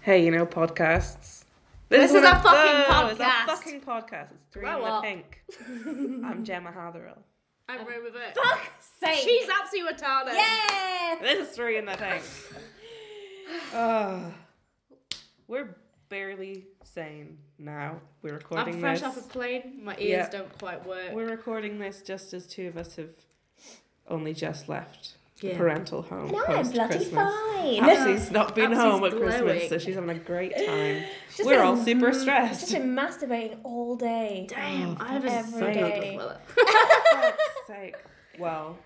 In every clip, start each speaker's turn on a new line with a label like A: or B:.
A: hey, you know, podcasts.
B: This is
A: one
B: a
A: of
B: fucking
A: those,
B: podcast.
A: A fucking podcast. It's three
B: Grow
A: in the
B: up.
A: pink. I'm Gemma Hatherell.
B: I'm um, with it.
C: Fuck's sake.
B: She's absolutely retarded.
C: yeah.
A: This is three in the pink. Ugh. we're barely sane now. We're recording
B: I'm fresh
A: this.
B: off a plane. My ears
A: Yeah.
B: don't quite work.
A: We're recording this just as two of us have only just left the
B: Yeah.
A: parental home.
C: No, I'm
A: post
C: bloody
A: Christmas.
C: fine.
A: Apsi's not been
B: Apsi's
A: home at
B: glowing.
A: Christmas, so she's having a great time.
C: She's
A: We're all
C: been-
A: super
C: I've
A: stressed.
C: just been masturbating all day.
B: Damn,
A: Oh,
B: I have a
C: every
B: stomach
C: day.
B: well.
A: fuck's sake. Well,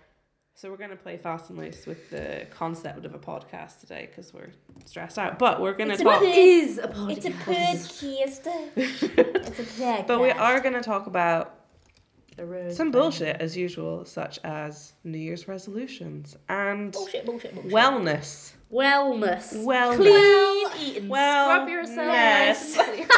A: so we're going to play fast and loose with the concept of a podcast today because we're stressed out. But we're going to
C: It's a
A: talk.
C: bit-
B: is a podcast?
C: It's a podcast. It's a podcast.
A: but we are going to talk about
B: The road.
A: some bullshit as usual, such as New Year's resolutions and
C: Bullshit, bullshit, bullshit.
A: wellness.
B: Wellness.
A: Wellness.
B: Clean eating.
A: Well-
B: Scrub yourself.
A: Yes.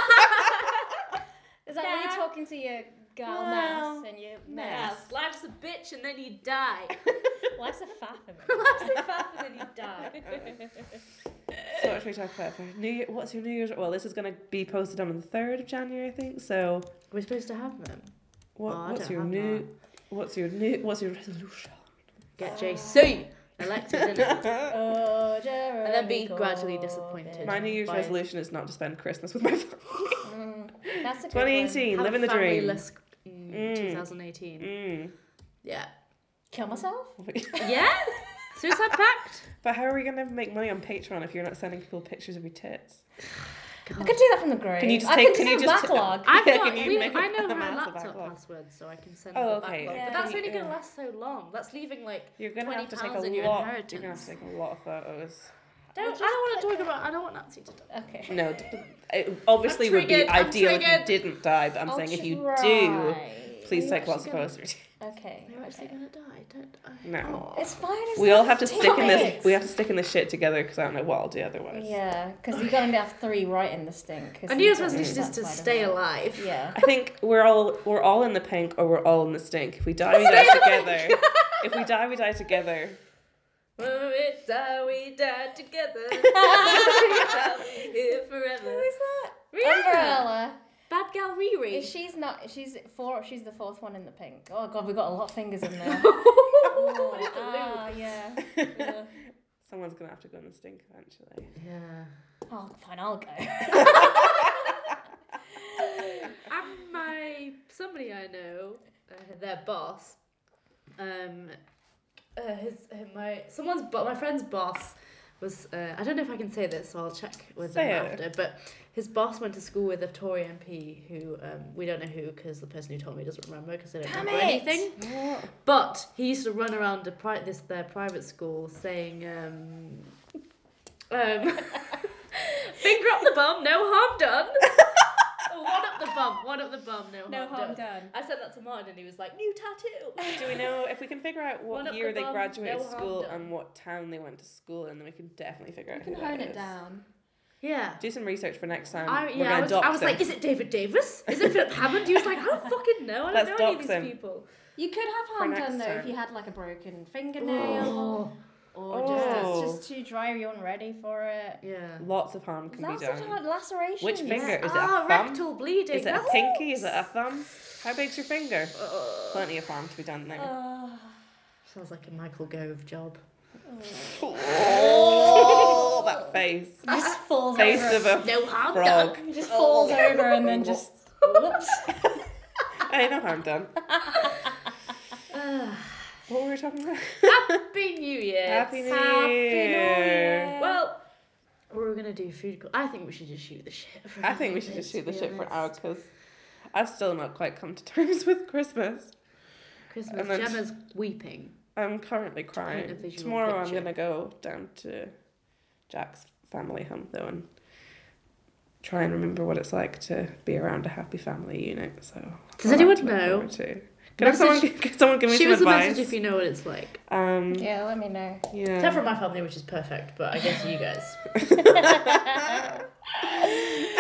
C: Is that when
B: Yeah.
C: you're talking to your girl
A: Well,
C: mouse and your
A: mouse.
C: mouse?
B: Yes. Life's a bitch and then you die.
C: Life's a faff.
B: Life's a faff and then you die.
A: So what should we talk about? For New Year, what's your New Year's? Well, this is going to be posted on the third of January, I think. So
B: We're supposed to have them.
A: what,
B: Oh, I
A: what's
B: don't
A: your
B: have
A: new? What's your new? What's your resolution?
B: Get JC elected in it.
C: oh,
B: And then be
C: Jeremy
B: gradually
C: Corbyn.
B: disappointed.
A: My New Year's
B: Bye.
A: resolution is not to spend Christmas with my family.
C: Mm, that's a good
A: 2018,
B: Have
A: living
B: a
A: the dream.
B: family-less in
A: Mm.
B: 2018.
A: Mm.
B: Yeah.
C: One. Kill myself?
B: Yeah? Suicide Pact?
A: But how are we gonna make money on Patreon if you're not sending people pictures of your tits?
C: I could do that from the grave.
A: Can you just
C: I
A: take-
C: can,
A: can you
C: just
A: just
C: have
A: t-
C: a backlog.
B: I've
A: Yeah,
B: got,
A: can you
B: we,
A: make
B: I
A: a-
B: know
A: a
B: her
A: massive
B: laptop
A: backlog?
B: password, so I can send
A: Oh,
B: her the
A: okay.
B: backlog.
C: Yeah.
B: But that's
A: Can
B: only
A: you-
B: going to
A: yeah.
B: last so long. That's leaving, like,
A: You're gonna
B: 20
A: have to take a
B: pounds in your
A: lot. You're gonna have
B: inheritance.
A: to take a lot of photos.
B: don't, I
C: just
B: don't want to talk about, I don't want Nancy to die.
C: Okay.
A: No, d- it obviously would be
B: triggered, I'm
A: ideal if you
B: triggered.
A: didn't die. But I'm
C: I'll
A: saying if you do,
C: try.
A: please
B: Are you
A: take lots
B: actually
A: of
B: gonna-
A: photos. of your tits.
C: Okay.
B: You're actually going to die, Oh, don't I?
A: No.
C: It's fine. It's
A: We all have to
C: Damn
A: stick in this.
C: it.
A: We have to stick in this shit together because I don't know what I'll do otherwise.
C: Yeah, because you're gonna have three right in the stink. 'cause
B: A New
C: you
B: Year's
C: don't-
B: resolution is
C: that's
B: to
C: why I don't
B: stay
C: know.
B: alive.
C: Yeah.
A: I think we're all we're all in the pink or we're all in the stink. If we die, we die together. if we die, we die together.
B: When we die, we die together. we shall be here
C: Who
B: forever.
C: is that?
B: Rihanna.
C: Umbrella.
B: Bad gal
C: If
B: Riri.
C: she's not, she's four. She's the fourth one in the pink. Oh god, we got a lot of fingers in there.
B: Ooh, Oh, it's a
C: ah, yeah. Ugh.
A: Someone's gonna have to go in the stink eventually.
B: loo. Yeah.
C: Oh, fine, I'll go.
B: And my somebody I know, uh, their boss, um, uh, his uh, my someone's bo- my friend's boss was uh, I don't know if I can say this, so I'll check with
A: Say
B: them
A: it.
B: after. But his boss went to school with a Tory MP who um, we don't know who because the person who told me doesn't remember because they don't
C: Damn
B: remember
C: it.
B: anything.
A: What?
B: But he used to run around to pri- this their private school saying, um, um, "Finger up the bum, no harm done." Oh, one up the bum, one up the bum, no, harm, done. I said that to Martin, and he was like, "New tattoo."
A: Do we know if we can figure out
B: One
A: what
B: up
A: year
B: the
A: they
B: bum,
A: graduated
B: no harm
A: school
B: done.
A: and what town they went to school in, then we can definitely figure
C: We
A: out who
C: can
A: that
C: hone it
A: is.
C: down.
B: Yeah.
A: Do some research for next time.
B: I,
A: Um, We're
B: yeah,
A: gonna
B: I was,
A: dox
B: I was
A: him.
B: like, is it David Davis? Is it Philip Hammond? He was like, I don't fucking know. I don't
A: Let's
B: know any of
A: dox
B: these
A: him.
B: people.
C: You could have harm
A: next
C: done though if
A: time.
C: you had like a broken fingernail, or
A: Oh.
C: just it's just too dry. You're unready for it.
B: Yeah.
A: lots of harm can
C: That's
A: be
C: a
A: done.
C: hard laceration.
A: Which finger? Is it a
B: ah,
A: thumb?
B: rectal bleeding.
A: Is it a
B: That's-
A: pinky? Is it a thumb? How big's your finger?
B: Ugh.
A: Plenty of harm to be done there.
C: Oh.
B: Sounds like a Michael Gove job.
A: Oh, that face.
C: Just falls
A: Face
C: over.
A: of a
B: No harm
A: frog.
B: done.
C: Just falls over and then just whoops.
A: Hey, no harm done. What were we talking about?
B: Happy New Year.
A: Happy New Year.
C: Year.
B: Well, we were gonna do food. Co- I think we should just shoot the shit. For
A: I
B: a
A: think we should
B: minute,
A: just shoot
B: to
A: the
B: be
A: shit for an hour
B: honest.
A: because I've still not quite come to terms with Christmas.
B: Christmas.
A: and then-
B: Gemma's weeping.
A: I'm currently
B: paint a
A: crying.
B: visual
A: Tomorrow
B: picture.
A: I'm gonna go down to Jack's family home though and try and remember what it's like to be around a happy family unit. So I'll have
B: Does anyone
A: to look
B: know?
A: forward to. Can, I have someone,
B: Message-
A: can someone give me
B: Shoot
A: some
B: us a message if
A: advice?
B: you know what it's like.
A: Um, yeah.
C: Yeah, let me know.
B: Except for my family, which is perfect, but I guess you guys.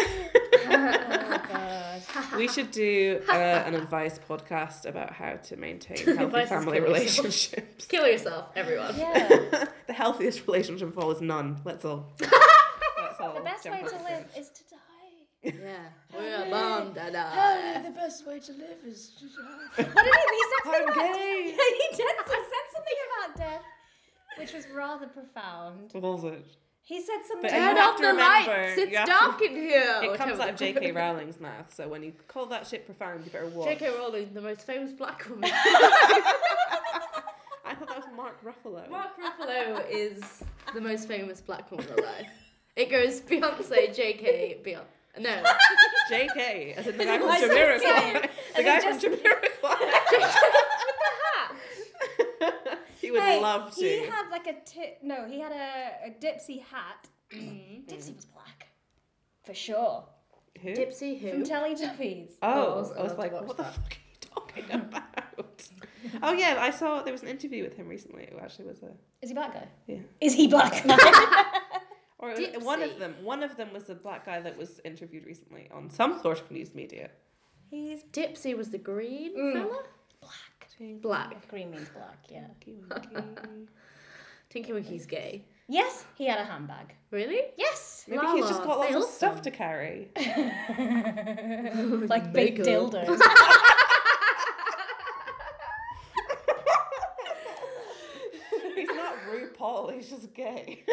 C: Oh god.
A: we should do uh, an advice podcast about how to maintain healthy
B: Advice is
A: family
B: kill yourself.
A: relationships.
B: Kill yourself, everyone.
C: Yeah.
A: the healthiest relationship of all is none. Let's all. Let's I'll
C: The best
A: jump
C: way
A: off
C: to
A: the
C: live
A: bridge.
C: is to die.
B: Yeah. We're mom, da da.
D: the best way to live is to die.
C: What did he say
A: I'm
C: about
A: gay.
C: He did. He said something about death, which was rather profound.
A: Was it?
C: He said something.
A: But Turn
B: Turn
C: about
A: you have
B: off
A: to
B: the
A: remember,
B: lights.
A: you
B: It's
A: have to-
B: dark in here.
C: Oh,
B: Oh,
A: It
B: or
A: comes out
B: whatever.
A: of J.K. Rowling's mouth, so when you call that shit profound, you better watch.
B: J.K. Rowling, the most famous black woman.
A: I thought that was Mark Ruffalo.
B: Mark Ruffalo is the most famous black woman alive. It goes Beyonce, J.K., Beyonce. No,
A: J.K. as in the guy from
C: I said
A: Jamiroquai. The
C: And
A: guy
C: he
A: from
C: just-
A: Jamiroquai.
C: hat.
A: He would
C: Hey,
A: love to.
C: He had like a ti- no. He had a, a Dipsy hat.
A: Mm.
C: Dipsy was black, for sure.
A: Who?
B: Gypsy
C: From
B: who?
C: Teletubbies.
A: Oh, I was,
B: wasn't allowed
A: like,
B: to watch
A: what the
B: that.
A: fuck are you talking about? oh yeah, I saw there was an interview with him recently. It actually was a
C: Is he black guy?
A: yeah,
C: Is he black?
A: or it was, one of
B: Dipsy.
A: them. One of them was the black guy that was interviewed recently on some sort of news media.
C: He's
B: Dipsy was the green
C: Mm.
B: fella?
C: black.
B: Black.
C: Green means black. Yeah.
B: Tinky Winky's gay.
C: Yes, he had a handbag.
B: Really?
C: Yes.
A: Maybe
B: Lala,
A: he's just got lots
B: they
A: of
B: also-
A: stuff to carry.
C: like big
B: Makeup.
C: dildos.
A: He's not RuPaul. He's just gay.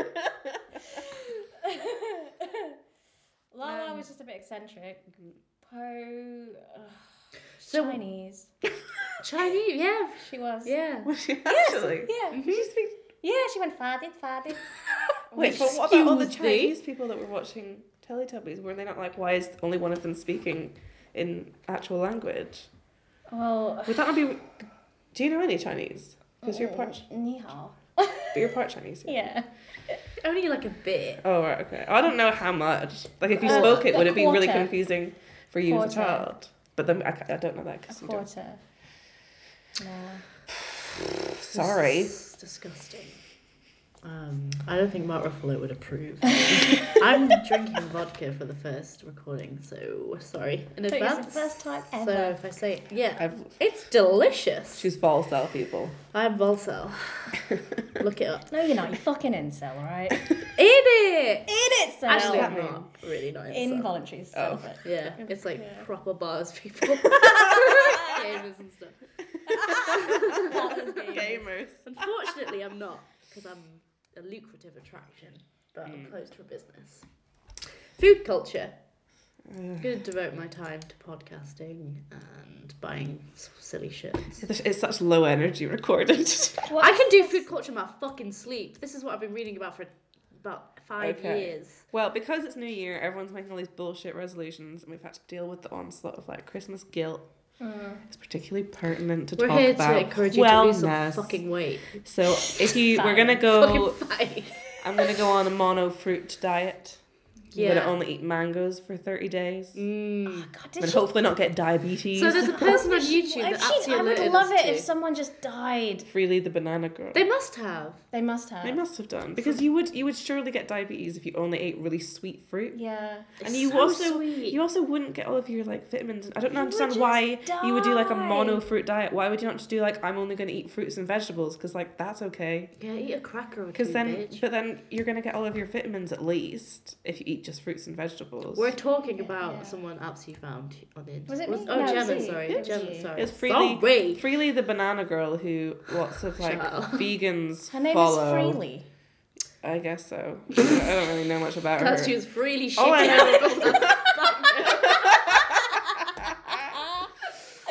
C: Lala
B: Um,
C: was just a bit eccentric. Po. ugh, she's
B: So-
C: Chinese.
B: Chinese, yeah.
C: She was.
B: Yeah.
A: Was she actually?
C: Yeah.
A: Did she speak?
C: Yeah, she went fadid, fadid.
A: Wait, but what about all the
B: Excuse me?
A: Chinese people that were watching Teletubbies? Were they not like, why is only one of them speaking in actual language?
C: Well,
A: Would that not be? Do you know any Chinese? Because you're part,
C: Ni hao.
A: but you're part Chinese. yeah.
C: Yeah.
B: Only like a bit.
A: Oh right, okay. I don't know how much. Like if you
C: Uh,
A: spoke it,
C: a
A: would it be really
C: quarter.
A: confusing for you as a
C: Quarter.
A: child? But then I, ca- I don't know that
C: A
A: because you don't.
C: quarter. No.
A: Sorry.
B: This is disgusting. Um, I don't think Mark Ruffalo would approve. I'm drinking vodka for the first recording, so sorry in
C: I think it's
B: advance.
C: the first time
B: So
C: ever.
B: if I say yeah,
A: I've,
B: it's delicious.
A: she's Volcel people.
B: I'm Volcel. Look it up.
C: No, you're not. You're fucking incel, alright? In
B: Eat it.
C: it,
B: Actually,
A: that
B: I'm
C: cell.
A: mean?
B: not really not. incel.
C: Involuntary
A: Oh.
C: celibate.
B: Yeah, it's like
C: Yeah.
B: proper bars people. Gamers and stuff.
C: That was me.
A: Gamers.
B: Unfortunately, I'm not because I'm a lucrative attraction, but I'm
A: Mm.
B: close to a business. Food culture.
A: Mm.
B: I'm going to devote my time to podcasting and buying s- silly shirts.
A: It's such low energy recording.
C: What
B: I
C: is
B: can do
C: this?
B: food culture in my fucking sleep. This is what I've been reading about for about five
A: Okay.
B: years.
A: Well, because it's New Year, everyone's making all these bullshit resolutions, and we've had to deal with the onslaught of like Christmas guilt.
C: Mm.
A: It's particularly pertinent to
B: We're
A: talk
B: here
A: about
B: to encourage you to lose
A: wellness.
B: some fucking weight.
A: So if you, we're gonna
C: Fine.
A: go.
B: Fucking fight.
A: I'm gonna go on a mono fruit diet. I'm
B: Yeah.
A: gonna only eat mangoes for 30 days,
B: Mm.
C: God,
A: and
C: did she
A: hopefully not get diabetes.
B: So there's a person on YouTube that
C: If she,
B: absolutely
C: I would
B: alerted
C: love
B: us
C: it
B: to.
C: if someone just died.
A: Freely the banana girl.
B: They must have.
C: They must have.
A: They must have done because you would you would surely get diabetes if you only ate really sweet fruit.
C: Yeah.
A: And you
B: so
A: also
B: sweet.
A: you also wouldn't get all of your like vitamins. and- I don't
C: would
A: understand
C: just
A: why you would do like a
C: die.
A: mono fruit diet. Why would you not just do like I'm only going to eat fruits and vegetables because like that's okay.
B: yeah, eat a cracker or
A: Because
B: two,
A: then,
B: bitch.
A: but then you're going to get all of your vitamins at least if you eat just fruits and vegetables.
B: We're talking about
C: Yeah.
B: someone Apsu found on the internet.
C: Was it me?
B: Oh,
C: No, it was
B: Gemma,
C: you.
B: sorry.
C: It was
B: Gemma,
C: you.
B: sorry.
A: It's freely
B: Sorry.
A: freely the banana girl who lots of like
B: Child.
A: vegans
C: Her name
A: follow.
C: is Freely.
A: I guess so. I don't really know much about
B: That's
A: her.
B: she was freely shitting
A: Oh, I
C: Ah.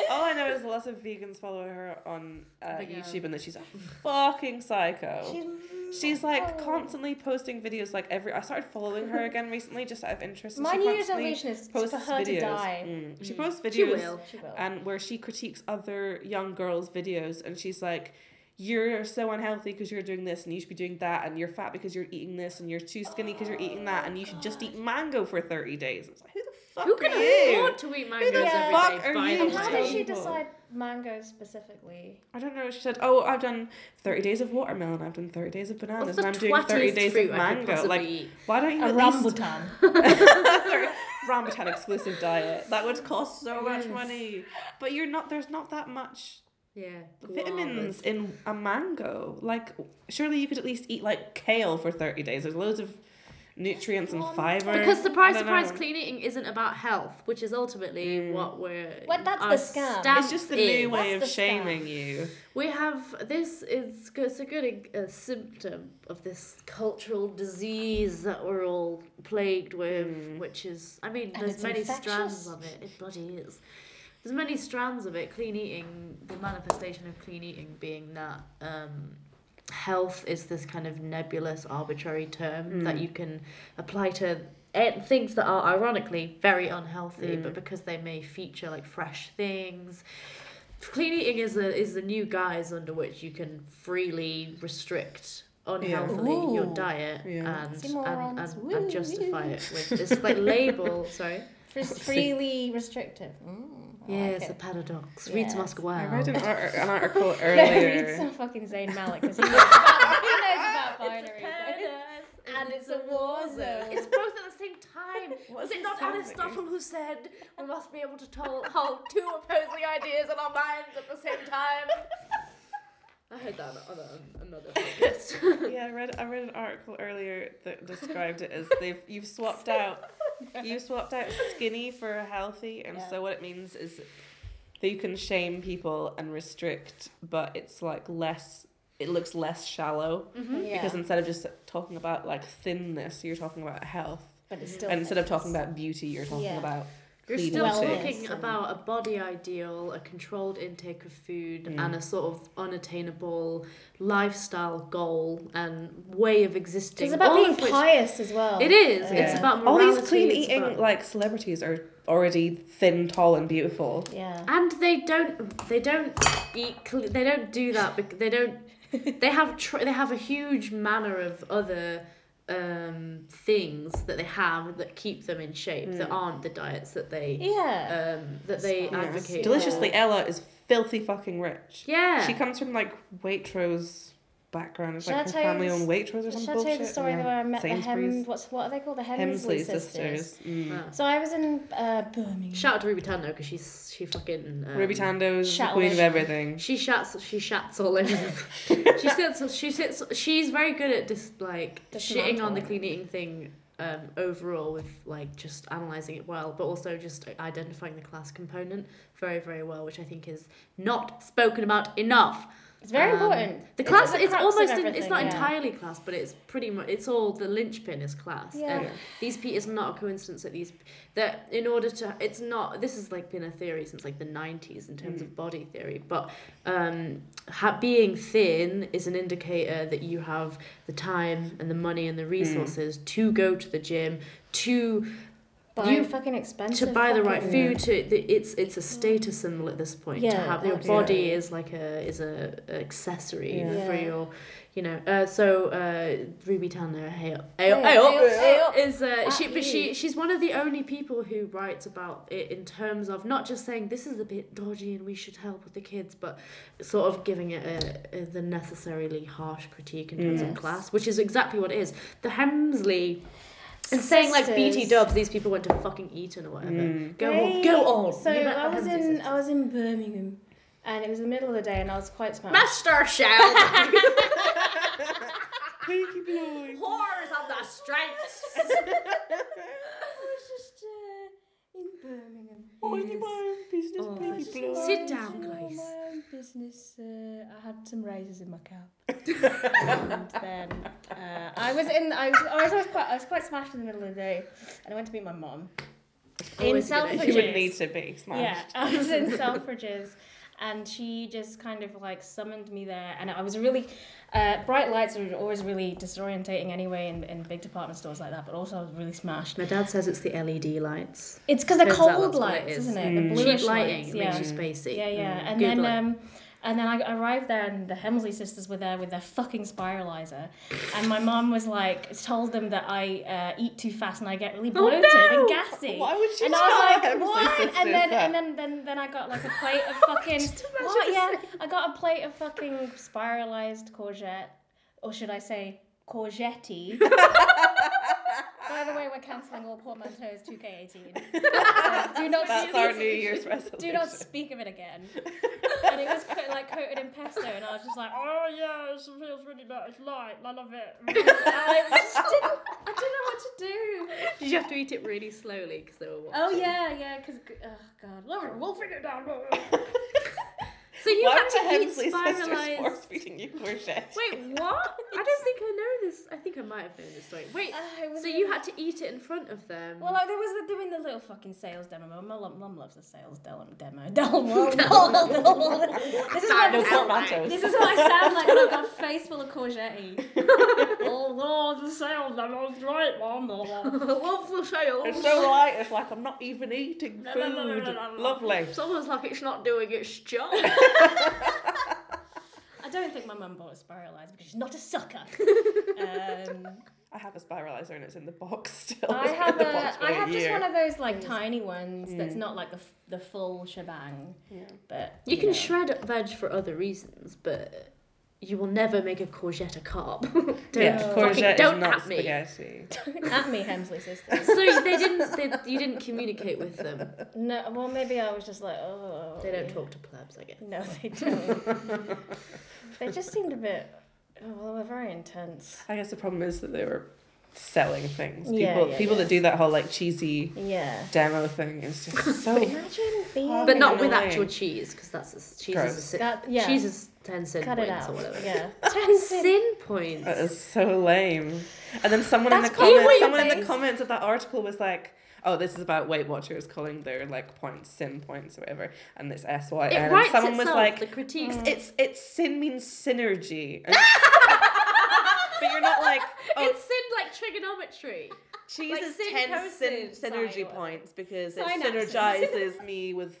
A: All I know is lots of vegans follow her on uh,
B: Vegano.
A: YouTube and that she's a fucking psycho.
C: She's,
A: She's like
C: Oh.
A: constantly posting videos. Like every, I started following her again recently, just out of interest. and
C: My
A: she
C: New Year's
A: constantly
C: resolution is for
A: posts
C: her to
A: videos.
C: die.
A: Mm. She posts videos
B: She will.
C: She will.
A: and where she critiques other young girls' videos, and she's like, "You're so unhealthy because you're doing this, and you should be doing that, and you're fat because you're eating this, and you're too skinny because you're eating that, and you should just eat
C: Oh.
A: mango for thirty days." It's like, who the fuck
B: Who
A: are
B: can
A: you?
B: afford to eat mangoes
A: the
B: every day?
A: fuck are
B: by
A: you?
B: the
C: and how did
B: way?
C: she
A: Unbelievable.
C: decide mango specifically?
A: I don't know. She said, "Oh, I've done thirty days of watermelon, I've done thirty days of
B: What's
A: bananas,
B: the
A: and I'm doing thirty
B: twattiest
A: days
B: fruit
A: of
B: I could
A: mango."
B: possibly
A: Like,
B: eat?
A: why don't you
C: A
A: at least
C: rambutan.
A: rambutan exclusive diet? That would cost so much
B: Yes.
A: money, but you're not. There's not that much
B: Yeah.
A: vitamins in a mango. Like, surely you could at least eat like kale for 30 days. There's loads of nutrients and fiber.
B: Because
A: I
B: surprise,
A: don't
B: surprise,
A: know.
B: clean eating isn't about health, which is ultimately what we're.
C: Well, that's
B: our
C: the scam.
B: stance
A: It's just the new
B: is.
A: way of
C: What's the scam?
A: shaming you.
B: We have this is go- it's a good uh, symptom of this cultural disease that we're all plagued with, which is I mean,
C: Hmm. And
B: there's
C: it's
B: many
C: infectious.
B: strands of it. It bloody is. There's many strands of it. Clean eating, the manifestation of clean eating being that um, health is this kind of nebulous, arbitrary
C: Hmm.
B: term that you can apply to eh, things that are ironically very unhealthy,
C: Hmm.
B: but because they may feature like fresh things. Clean eating is a is the new guise under which you can freely restrict unhealthily your
C: Ooh.
B: diet
A: Yeah.
B: and, and,
C: Oxymorons.
B: and,
C: Woo,
B: and justify
C: woo.
B: it with this like label. Sorry,
C: Just freely restrictive. Mm, I
B: yeah,
C: like
B: it's a
C: it.
B: paradox. Read some
C: Yeah.
B: Oscar
A: I
B: Wilde.
A: read an, ar- an article
C: Read
A: earlier.
C: some fucking Zayn Malik because he knows about, he knows about binaries. And it's a war zone.
B: It's both at the same time. Was it not
A: sound like?
B: Aristotle who said we must be able to tol- hold two opposing ideas in our minds at the same time? I heard that on a- another podcast.
A: yeah, I read I read an article earlier that described it as they've you've swapped out you swapped out skinny for healthy, and so what it means is that you can shame people and restrict, but it's like less. It looks less shallow
B: Hmm?
C: Yeah.
A: because instead of just talking about like thinness, you're talking about health,
C: but it's still
A: and instead of
C: fitness.
A: talking about beauty, you're talking
C: Yeah.
A: about
B: You're
A: clean
B: still
A: eating.
C: wellness
B: talking
C: and-
B: about a body ideal, a controlled intake of food, and a sort of unattainable lifestyle goal and way of existing.
C: it's about
B: all
C: being
B: of which-
C: pious as well.
B: It is.
A: Yeah.
B: It's about
A: all
B: morality.
A: these clean
B: it's
A: eating
B: about-
A: like celebrities are already thin, tall, and beautiful.
C: Yeah.
B: and they don't they don't eat cl- they don't do that because they don't they have tr- they have a huge manner of other um things that they have that keep them in shape that aren't the diets that they
C: Yeah.
B: um that they
C: Hmm. Yes.
B: advocate
A: Deliciously Ella is filthy fucking rich.
B: for. yeah
A: She comes from like Waitrose background. It's
C: Should
A: like
C: I
A: her
C: tell you
A: family
C: the
A: owned
C: s-
A: Waitrose
B: Uh,
A: or
C: Should I
A: something.
C: tell you the story where I met the Hems? What's what are they called? The Hemsley,
A: Hemsley
C: sisters.
A: sisters. Mm.
B: Yeah.
C: So I was in uh, Birmingham.
B: shout out to Ruby Tando because she's she fucking um,
A: Ruby Tando is the
C: Shat
A: queen of
C: all-
A: everything.
B: She shats. She shats all over. them. she sits. She sits. She's very good at just like shitting on the
C: Dismantling.
B: clean eating thing um, overall, with like just analyzing it well, but also just uh, identifying the class component very, very well, which I think is not spoken about enough.
C: It's very
B: Um,
C: important.
B: The
C: It's
B: class.
C: at the
B: It's,
C: crux of
B: almost. in- it's
C: everything,
B: not
C: yeah.
B: entirely class, but it's pretty much. It's all the linchpin is class.
C: Yeah.
B: And these pe It's not a coincidence that these that in order to. It's not. This has like been a theory since like the nineties in terms of body theory, but um, ha- being thin is an indicator that you have the time and the money and the resources to go to the gym to
C: Buy
B: You-
C: fucking expensive.
B: to buy the right
C: fucking-
B: food to the, it's it's a status symbol at this point to
C: Yeah,
B: have your
C: absolutely.
B: body is like a is a a accessory
C: Yeah.
B: for
C: Yeah.
B: your you know uh, so uh, Ruby Tanner hey up, hey
C: Hey up, hey up.
B: is uh,
C: At
B: she but she
C: you.
B: she's one of the only people who writes about it in terms of not just saying this is a bit dodgy and we should help with the kids but sort of giving it a, a, the necessarily harsh critique in terms of
C: Yes.
B: class which is exactly what it is the Hemsley and saying like BT
C: Sisters.
B: Dubs, these people went to fucking Eton or whatever. Go on,
C: They-
B: go on.
C: So
B: You met
C: I
B: the
C: was
B: Hemsley
C: in
B: sisters.
C: I was in Birmingham, and it was the middle of the day, and I was quite smashed.
B: Master Shell,
A: Peaky Blinders.
B: whores on the streets.
C: I was just uh, in Birmingham.
A: Mind your own business,
B: Oh,
A: Peaky
B: that's-
A: Blinders.
B: Sit down,
C: minding
B: Grace.
C: My own business. Uh, I had some raises in my cap, and then uh, I was in. I was, I was always quite. I was quite smashed in the middle of the day, and I went to meet my mum in
B: Always a good idea.
A: She
C: Selfridges.
A: would need to be
C: Yeah,
A: smashed.
C: I was in Selfridges, and she just kind of like summoned me there, and I was really. Uh, bright lights are always really disorientating anyway in, in big department stores like that, but also I was really smashed.
B: My dad says it's the LED lights.
C: It's because they're
B: Turns out
C: cold
B: that's what it
C: lights,
B: is.
C: is. isn't it? The bluish
B: Mm. Cheap lighting
C: lights,
B: it
C: yeah.
B: makes you Mm. spacey.
C: Yeah, yeah. And
B: Google
C: then
B: it.
C: um and then I arrived there and the Hemsley sisters were there with their fucking spiralizer. And my mom was like told them that I uh, eat too fast and I get really bloated
B: Oh, no!
C: and gassy.
A: Why would she
C: and
A: tell
C: I
A: the
C: was like,
A: Hemsley
C: what?
A: sisters
C: And then
A: that?
C: and then, then then I got like a plate of fucking what? Yeah, I got a plate of fucking spiralized courgette, or should I say courgette? By the way, we're cancelling all portmanteaus 2K18. So do not
A: That's
C: do
A: our
C: this.
A: New Year's resolution.
C: Do not speak of it again. and it was co- like coated in pesto, and I was just like, oh yeah, it feels really nice, light, I love it. And I just didn't, I know what to do.
B: Mm. Did you have to eat it really slowly because they were watching?
C: Oh yeah, yeah. Because oh god, Laura, we'll figure it out.
B: So you
A: Why
B: had
A: were the
B: to eat
A: Hemsley sisters
B: spiralized.
A: force feeding you courgette?
B: Wait, what? I don't think I know this. I think I might have known this story. Wait,
C: Ah, it was
B: so
C: really-
B: you had to eat it in front of them?
C: Well, like, there was the, doing the little fucking sales demo. My mum, mum loves the sales del- demo. Del- del- del- del- this is
A: No
C: what
A: tomatoes.
C: this is what I sound like. I've got a face full of courgette. oh Lord, the sales demo is right, mum.
B: Love the
A: It's
B: sales.
A: so light. It's like I'm not even eating
C: No, no, no, no, no,
A: food.
C: no, no.
A: Lovely.
B: Someone's like, it's not doing its job.
C: I don't think my mum bought a spiralizer because she's not a sucker. Um,
A: I have a spiralizer and it's in the box still.
C: I
A: It's been
C: have
A: in the box
C: a,
A: for
C: I have just
A: year.
C: one of those like tiny ones that's
A: Mm.
C: not like the, f- the full shebang,
A: Yeah.
C: but
B: You can
C: know.
B: shred up veg for other reasons, but you will never make a courgette a carb. don't
A: Yeah,
C: No.
B: fucking
A: courgette
B: don't
A: is not
B: at me.
A: spaghetti.
C: at me Hemsley sisters.
B: So they didn't. They, you didn't communicate with them.
C: No, well maybe I was just like oh.
B: They don't
C: yeah.
B: talk to plebs, I guess.
C: No, they don't. they just seemed a bit. oh, Well, they were very intense.
A: I guess the problem is that they were selling things. People,
C: Yeah, yeah,
A: people
C: yeah.
A: that do that whole like cheesy
C: Yeah.
A: demo thing is just so.
C: Imagine being.
B: But not
A: Annoying.
B: with actual cheese, because that's a, cheese is a
A: Gross.
B: si-
C: That- yeah.
B: cheese is ten sin
C: Cut it
B: points
C: out.
B: or whatever.
C: Yeah.
B: Ten sin points.
A: That is so lame. And then someone in the
C: That's probably
A: comments,
C: what you
A: someone in the
C: think.
A: comments of that article was like, "Oh, this is about Weight Watchers calling their like points sin points or whatever," and it's SYN.
B: It
A: and
B: writes
A: someone
B: itself.
A: was like,
B: the critiques.
A: "It's it's sin means synergy." And- but you're not like, "Oh,
B: It's sin like trigonometry.
A: cheese
B: like
A: is
B: sin
A: ten
B: cosine
A: sin,
B: sign
A: synergy
B: or whatever.
A: points because it
C: Synapses.
A: synergizes me with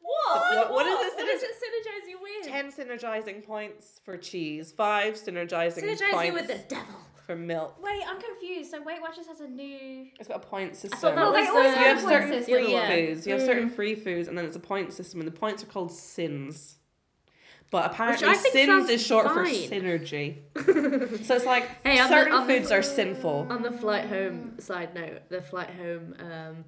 B: What?
A: What- what is this
B: Oh, What does it synergize you with?
A: ten synergizing points for cheese, five synergizing
B: synergize you
A: points
B: with the devil.
A: for milk."
C: Wait, I'm confused. So Weight Watchers has a new.
A: It's got a point system.
B: thought that
C: Well, they
B: was,
C: always
B: uh,
A: you have
C: have a
B: point Mm.
A: certain
C: system.
A: free
B: yeah.
A: foods. You have certain free foods, and then it's a point system, and the points are called sins. But apparently,
B: I think
A: sins
B: sounds
A: is short for
B: fine.
A: synergy. so it's like
B: Hey, I'm the-
A: certain
B: I'm the-
A: foods are sinful.
B: On the flight home side note, the flight home, um,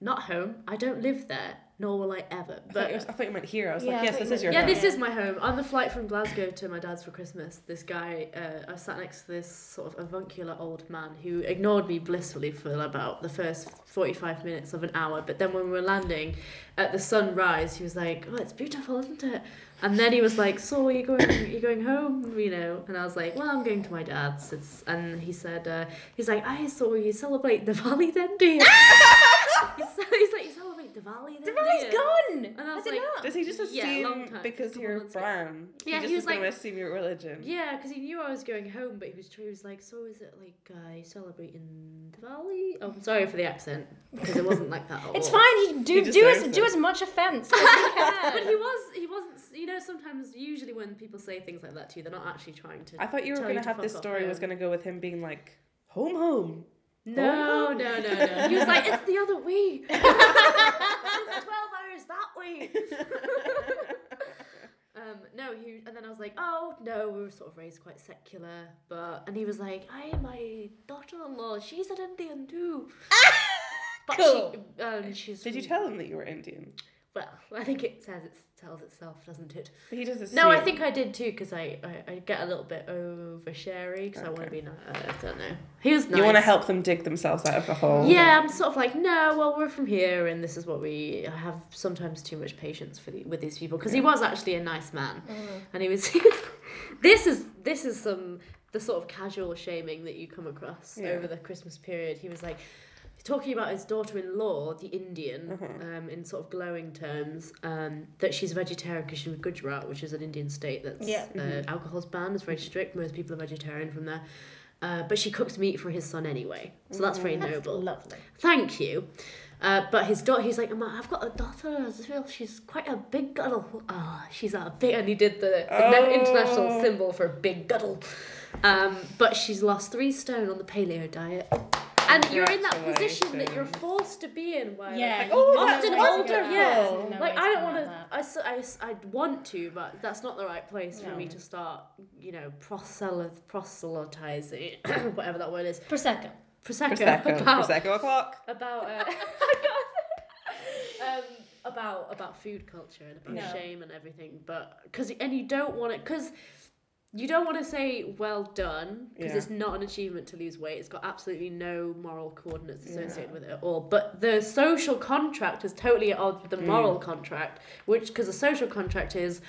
B: not home. I don't live there, nor will I ever.
A: I thought,
B: But
A: you, I thought you meant here. I was
C: Yeah, I
A: like, yes,
C: thought you
A: this is your.
C: meant-
B: yeah,
A: home.
B: this is my home. On the flight from Glasgow to my dad's for Christmas, this guy, uh, I was sat next to this sort of avuncular old man who ignored me blissfully for about the first 45 minutes of an hour. But then when we were landing at the sunrise, he was like, Oh, it's beautiful, isn't it? And then he was like, So, are you going, are you going home? You know? And I was like, Well, I'm going to my dad's. It's, and he said, uh, He's like, I saw you celebrate the valley then, do you? he's, he's like, You celebrate the valley then? do
C: Divali's
B: you?"
C: gone.
B: And I was
C: Has it
B: like,
C: not?
A: Does he just
B: Yeah,
A: assume
B: long time.
A: because
B: Couple
A: you're
B: months ago.
A: brown?
B: Yeah,
A: he just
B: he
A: is
B: was
A: going to
B: like-
A: assume your religion.
B: Yeah, because he knew I was going home, but he was he was like, "So is it like uh, celebrating the valley?" Oh, I'm sorry for the accent because it wasn't like that. at
C: It's
B: all.
C: fine. You do
A: He
C: do as
A: deserves
C: do
A: it.
C: as much offense as you
B: But
C: can.
B: he was he wasn't. You know, sometimes usually when people say things like that to you, they're not actually trying to.
A: I thought you were
B: Tell
A: going
B: you
A: to
B: to
A: have
B: fuck
A: this
B: off,
A: story
B: yeah.
A: was going to go with him being like, home, home.
B: no, no, no, no. He was like, "It's the other way. it's twelve hours that way." Um, no, he and then I was like, oh no, we were sort of raised quite secular, but and he was like, I my daughter-in-law, she's an Indian too. but she, um, she's.
A: Did you
B: from-
A: tell him that you were Indian?
B: Well, I think it says it tells itself, doesn't it?
A: He just assumed.
B: No, I think I did too because I, I I get a little bit oversharey because I want to
A: Okay.
B: be nice. I don't know. He was nice.
A: You want to help them dig themselves out of the hole.
B: Yeah, I'm sort of like, no, well, we're from here, and this is what we. I have sometimes too much patience for the, with these people because he was actually a nice man,
C: Mm.
B: and he was. this is this is some the sort of casual shaming that you come across
A: Yeah.
B: over the Christmas period. He was like talking about his daughter-in-law, the Indian,
C: Uh-huh.
B: um, in sort of glowing terms, um, that she's vegetarian because she's from Gujarat, which is an Indian state that's
C: Yeah. Mm-hmm.
B: uh, alcohol's banned. It's very strict. Most people are vegetarian from there. Uh, but she cooks meat for his son anyway, so that's very
C: Mm. That's
B: noble.
C: lovely.
B: Thank you. Uh, but his daughter, he's like, "Ma, I've got a daughter as well. She's quite a big guddle. Ah, she's a big, and he did the, the no- international symbol for big guddle. Um, but she's lost three stone on the paleo diet. And you're in that position that you're forced to be in while
C: Yeah.
A: Like, oh,
C: you
A: that's
C: know
B: often
C: where to
B: older,
C: go.
B: yeah.
C: You know where
B: like I don't
C: come
B: want
C: at
B: to.
C: that.
B: I, s- I, s- I'd want to, but that's not the right place for
C: No.
B: me to start. You know, proselyt proselytizing, whatever that word is.
C: Prosecco.
B: Prosecco.
A: Prosecco,
B: about
A: Prosecco o'clock.
B: about uh, um, about about food culture and
C: Yeah.
B: about shame and everything. But because and you don't want it because you don't want to say well done because
A: Yeah.
B: it's not an achievement to lose weight. It's got absolutely no moral coordinates associated
A: Yeah.
B: with it at all. But the social contract is totally at odds with
A: Mm.
B: the moral contract, which because the social contract is.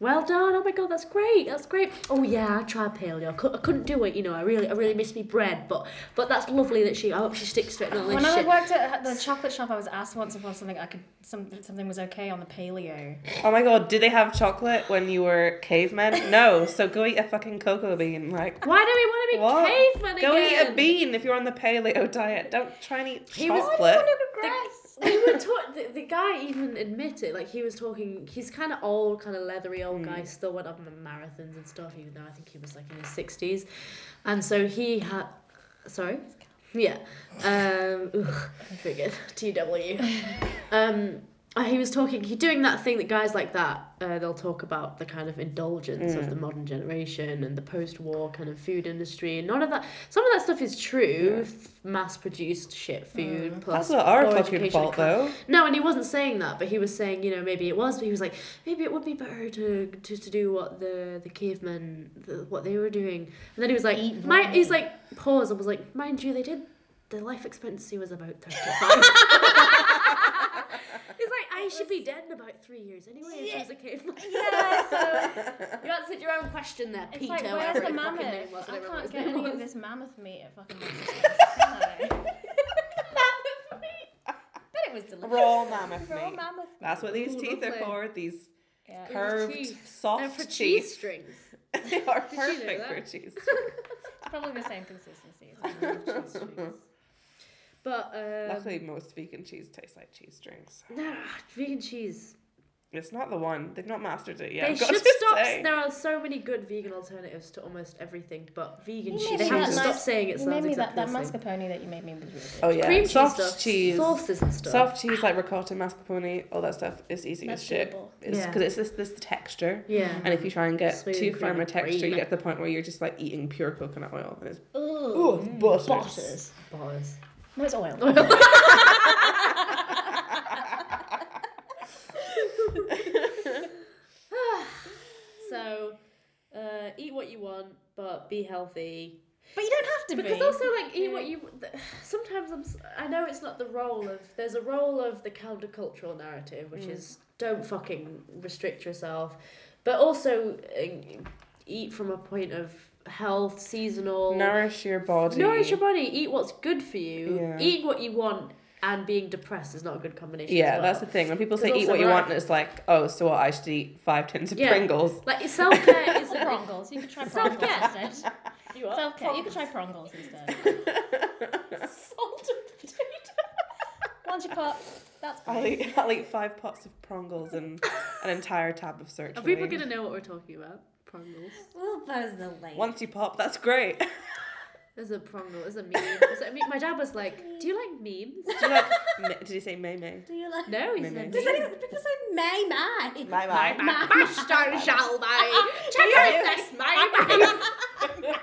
B: Well done! Oh my god, that's great! That's great! Oh yeah, I tried paleo. I, cou- I couldn't do it. You know, I really, I really miss me bread. But, but that's lovely that she. I hope she sticks to it. And all this
C: When I
B: shit.
C: worked at the chocolate shop, I was asked once if I was something I could some, something was okay on the paleo.
A: Oh my god, did they have chocolate when you were cavemen? No, so go eat a fucking cocoa bean. Like,
B: Why do we want to be
A: What?
B: cavemen
A: go
B: again?
A: eat a bean if you're on the paleo diet. Don't try and eat
B: He was-
A: chocolate.
C: Grass.
B: we were talk- the, the guy even admitted like he was talking he's kind of old kind of leathery old guy still went up on the marathons and stuff even though i think he was like in his 60s and so he had sorry yeah um ugh, I figured tw um uh, he was talking he doing that thing that guys like that uh, they'll talk about the kind of indulgence of the
A: Mm.
B: modern generation and the post-war kind of food industry and none of that some of that stuff is true f- mass-produced shit food
A: Mm.
B: plus
A: That's not our
B: poor
A: fucking
B: education
A: fault,
B: and
A: though.
B: no, and he wasn't saying that, but he was saying, you know, maybe it was, but he was like, maybe it would be better to to, to do what the the cavemen, the, what they were doing. And then he was like,
C: Eat
B: my,
C: more.
B: he's like, pause, and was like, mind you, they did. Their life expectancy was about thirty five. He's like, I should be dead in about three years anyway if I was a caveman.
C: Yeah, so
B: You answered your own question there,
C: it's
B: Peter.
C: like
B: whatever
C: where's the
B: your fucking
C: mammoth?
B: name was,
C: I
B: whatever
C: can't
B: his
C: get
B: name
C: any of
B: was.
C: this mammoth meat at fucking. Mammoth Meat. but it was delicious.
A: Raw mammoth
C: Raw
A: meat.
C: mammoth.
A: That's what these teeth are
B: lovely.
A: for. These
C: Yeah.
A: curved,
B: teeth. And
A: soft
B: for cheese
A: teeth.
B: strings.
A: they are
B: you know
A: perfect for
B: that?
A: cheese.
C: It's probably the same consistency. As
B: Cheese strings. But um,
A: Luckily, most vegan cheese tastes like cheese drinks.
B: No, vegan cheese.
A: It's not the one. They've not mastered it yet.
B: they
A: I've got
B: should
A: to
B: stop.
A: say.
B: There are so many good vegan alternatives to almost everything, but vegan
C: You
B: cheese.
C: made
A: me
B: They have
A: that
B: to stop
C: nice-
B: saying it
C: you made
B: sounds
C: me
B: exactly
C: that, that
B: the same.
C: mascarpone that you made me was really good.
A: Oh yeah,
B: Cream cheese
A: soft
B: stuff,
A: cheese,
B: sauces and stuff.
A: soft cheese like ricotta, mascarpone, all that stuff is easy
C: That's
A: as shit.
C: doable.
A: It's
B: Yeah.
A: because it's this this texture,
B: Yeah.
A: and if you try and get
B: Smooth
A: too
B: and
A: firm a
B: creamy.
A: texture, you get to the point where you're just like eating pure coconut oil, and it's
C: Ooh,
A: oh butters.
C: butters.
B: Bars.
C: No, it's oil.
B: So, uh, eat what you want, but be healthy.
C: But you don't have to
B: Because
C: be.
B: also, like, eat what you. th- Sometimes I'm. s- I know it's not the role of. There's a role of the countercultural narrative, which is don't fucking restrict yourself, but also uh, eat from a point of health, seasonal.
A: Nourish your body.
B: Nourish your body. Eat what's good for you.
A: Yeah.
B: Eat what you want, and being depressed is not a good combination. as
A: Yeah,
B: well.
A: that's the thing. When people say
B: Because
A: eat
B: also
A: what you
B: we're-
A: want, it's like, oh, so what? I should eat five tins of
B: Yeah.
A: Pringles.
B: Like self care is
C: Or prongles. You could try prongles
B: Self-care.
C: instead. Self-care. You could try prongles instead.
B: salt and potato.
C: Lunch a pot. That's
A: I'll
C: fine.
A: eat, I'll eat five pots of Pringles and an entire tab of search.
B: Are people gonna know what we're talking about? Prongles.
C: We'll post the link.
A: Once you pop, that's great.
B: There's a prongle. There's a meme. There's a meme. My dad was like, "Do you like memes?"
A: Did you, like, me- did you say May May?
C: Do you like?
B: No, he's
A: Meme.
B: like,
A: Does
B: "Meme."
C: people say may may?
A: My my.
B: My bastard shall I
C: out
B: this, my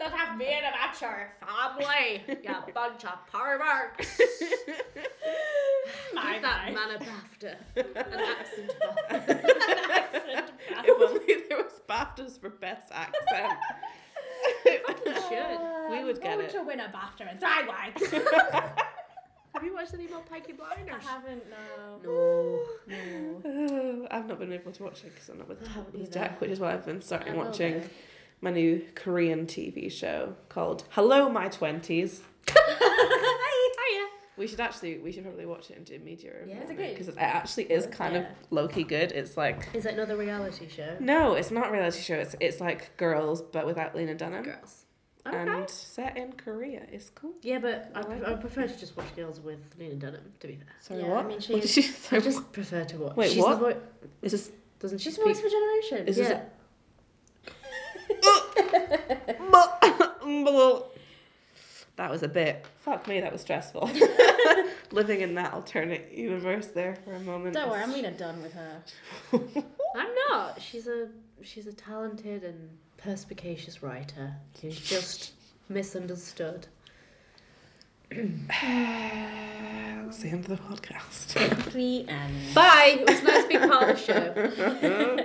B: That have been about your family, you bunch of perverts.
C: My,
B: Give that
C: my.
B: man a BAFTA. An accent BAFTA.
A: if only there was BAFTAs for best accent.
B: should.
A: we would get it.
C: Uh, win a BAFTA and three wives.
B: Have you watched any more Peaky Blinders?
C: haven't no.
B: No.
A: Oh, I've not been able to watch it because I'm not with,
B: haven't
A: with
B: either.
A: Jack, which is why I've been
B: I
A: starting
B: will
A: watching
B: though.
A: my new Korean TV show called Hello My Twenties.
B: Hiya.
A: We should actually, we should probably watch it and do a media review.
B: Yeah.
A: Yeah,
B: Is it
C: good?
A: because it actually is kind
B: Yeah.
A: of low key good. It's like
B: Is it another reality show?
A: no, it's not a reality show. It's it's like girls but without Lena Dunham
B: Girls. Okay.
A: and set in Korea. It's cool.
B: yeah, but I,
A: I like
B: pre- I prefer to just watch Girls with Lena Dunham, to be fair.
A: Sorry,
C: Yeah, I
A: what?
C: mean,
A: What
C: she-
A: did you say?
B: I just prefer to watch.
A: Wait,
B: she's
A: what?
B: The vo-
A: Is this
B: doesn't she
A: She's
B: speak? for Generation.
A: Is this
B: yeah.
A: that was a bit. Fuck me, that was stressful. Living in that alternate universe there for a moment.
C: Don't worry, I'm Lena done with her.
B: I'm not. She's a she's a talented and perspicacious writer. She's just misunderstood.
A: That's the end of the podcast.
C: The end.
B: Bye. It was nice being part of the show.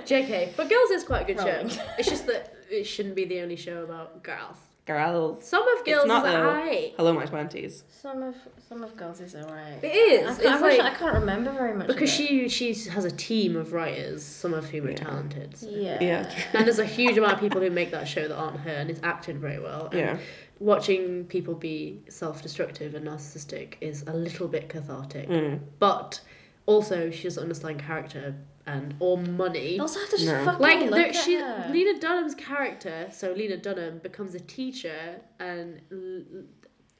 B: JK, but Girls is quite a good
C: Wrong.
B: show. It's just that it shouldn't be the only show about girls.
A: Girls.
B: Some of Girls
A: not,
B: is
A: though.
B: alright.
A: Hello, my twenties.
C: Some of some of girls is alright.
B: It
C: I,
B: is.
C: can't,
B: It's
C: I wish- I
B: like,
C: can't remember very much. of
B: because
C: it.
B: she she has a team of writers, some of whom are
A: Yeah.
B: talented. so.
C: Yeah.
A: Yeah.
B: And there's a huge amount of people who make that show that aren't her, and it's acted very well. And
A: Yeah.
B: Watching people be self-destructive and narcissistic is a little bit cathartic,
A: Mm.
B: but also she doesn't understand character and or money.
C: You also have to just
A: No.
C: fucking
B: like
C: look
B: there,
C: at
B: she
C: her.
B: Lena Dunham's character, so Lena Dunham becomes a teacher, and l-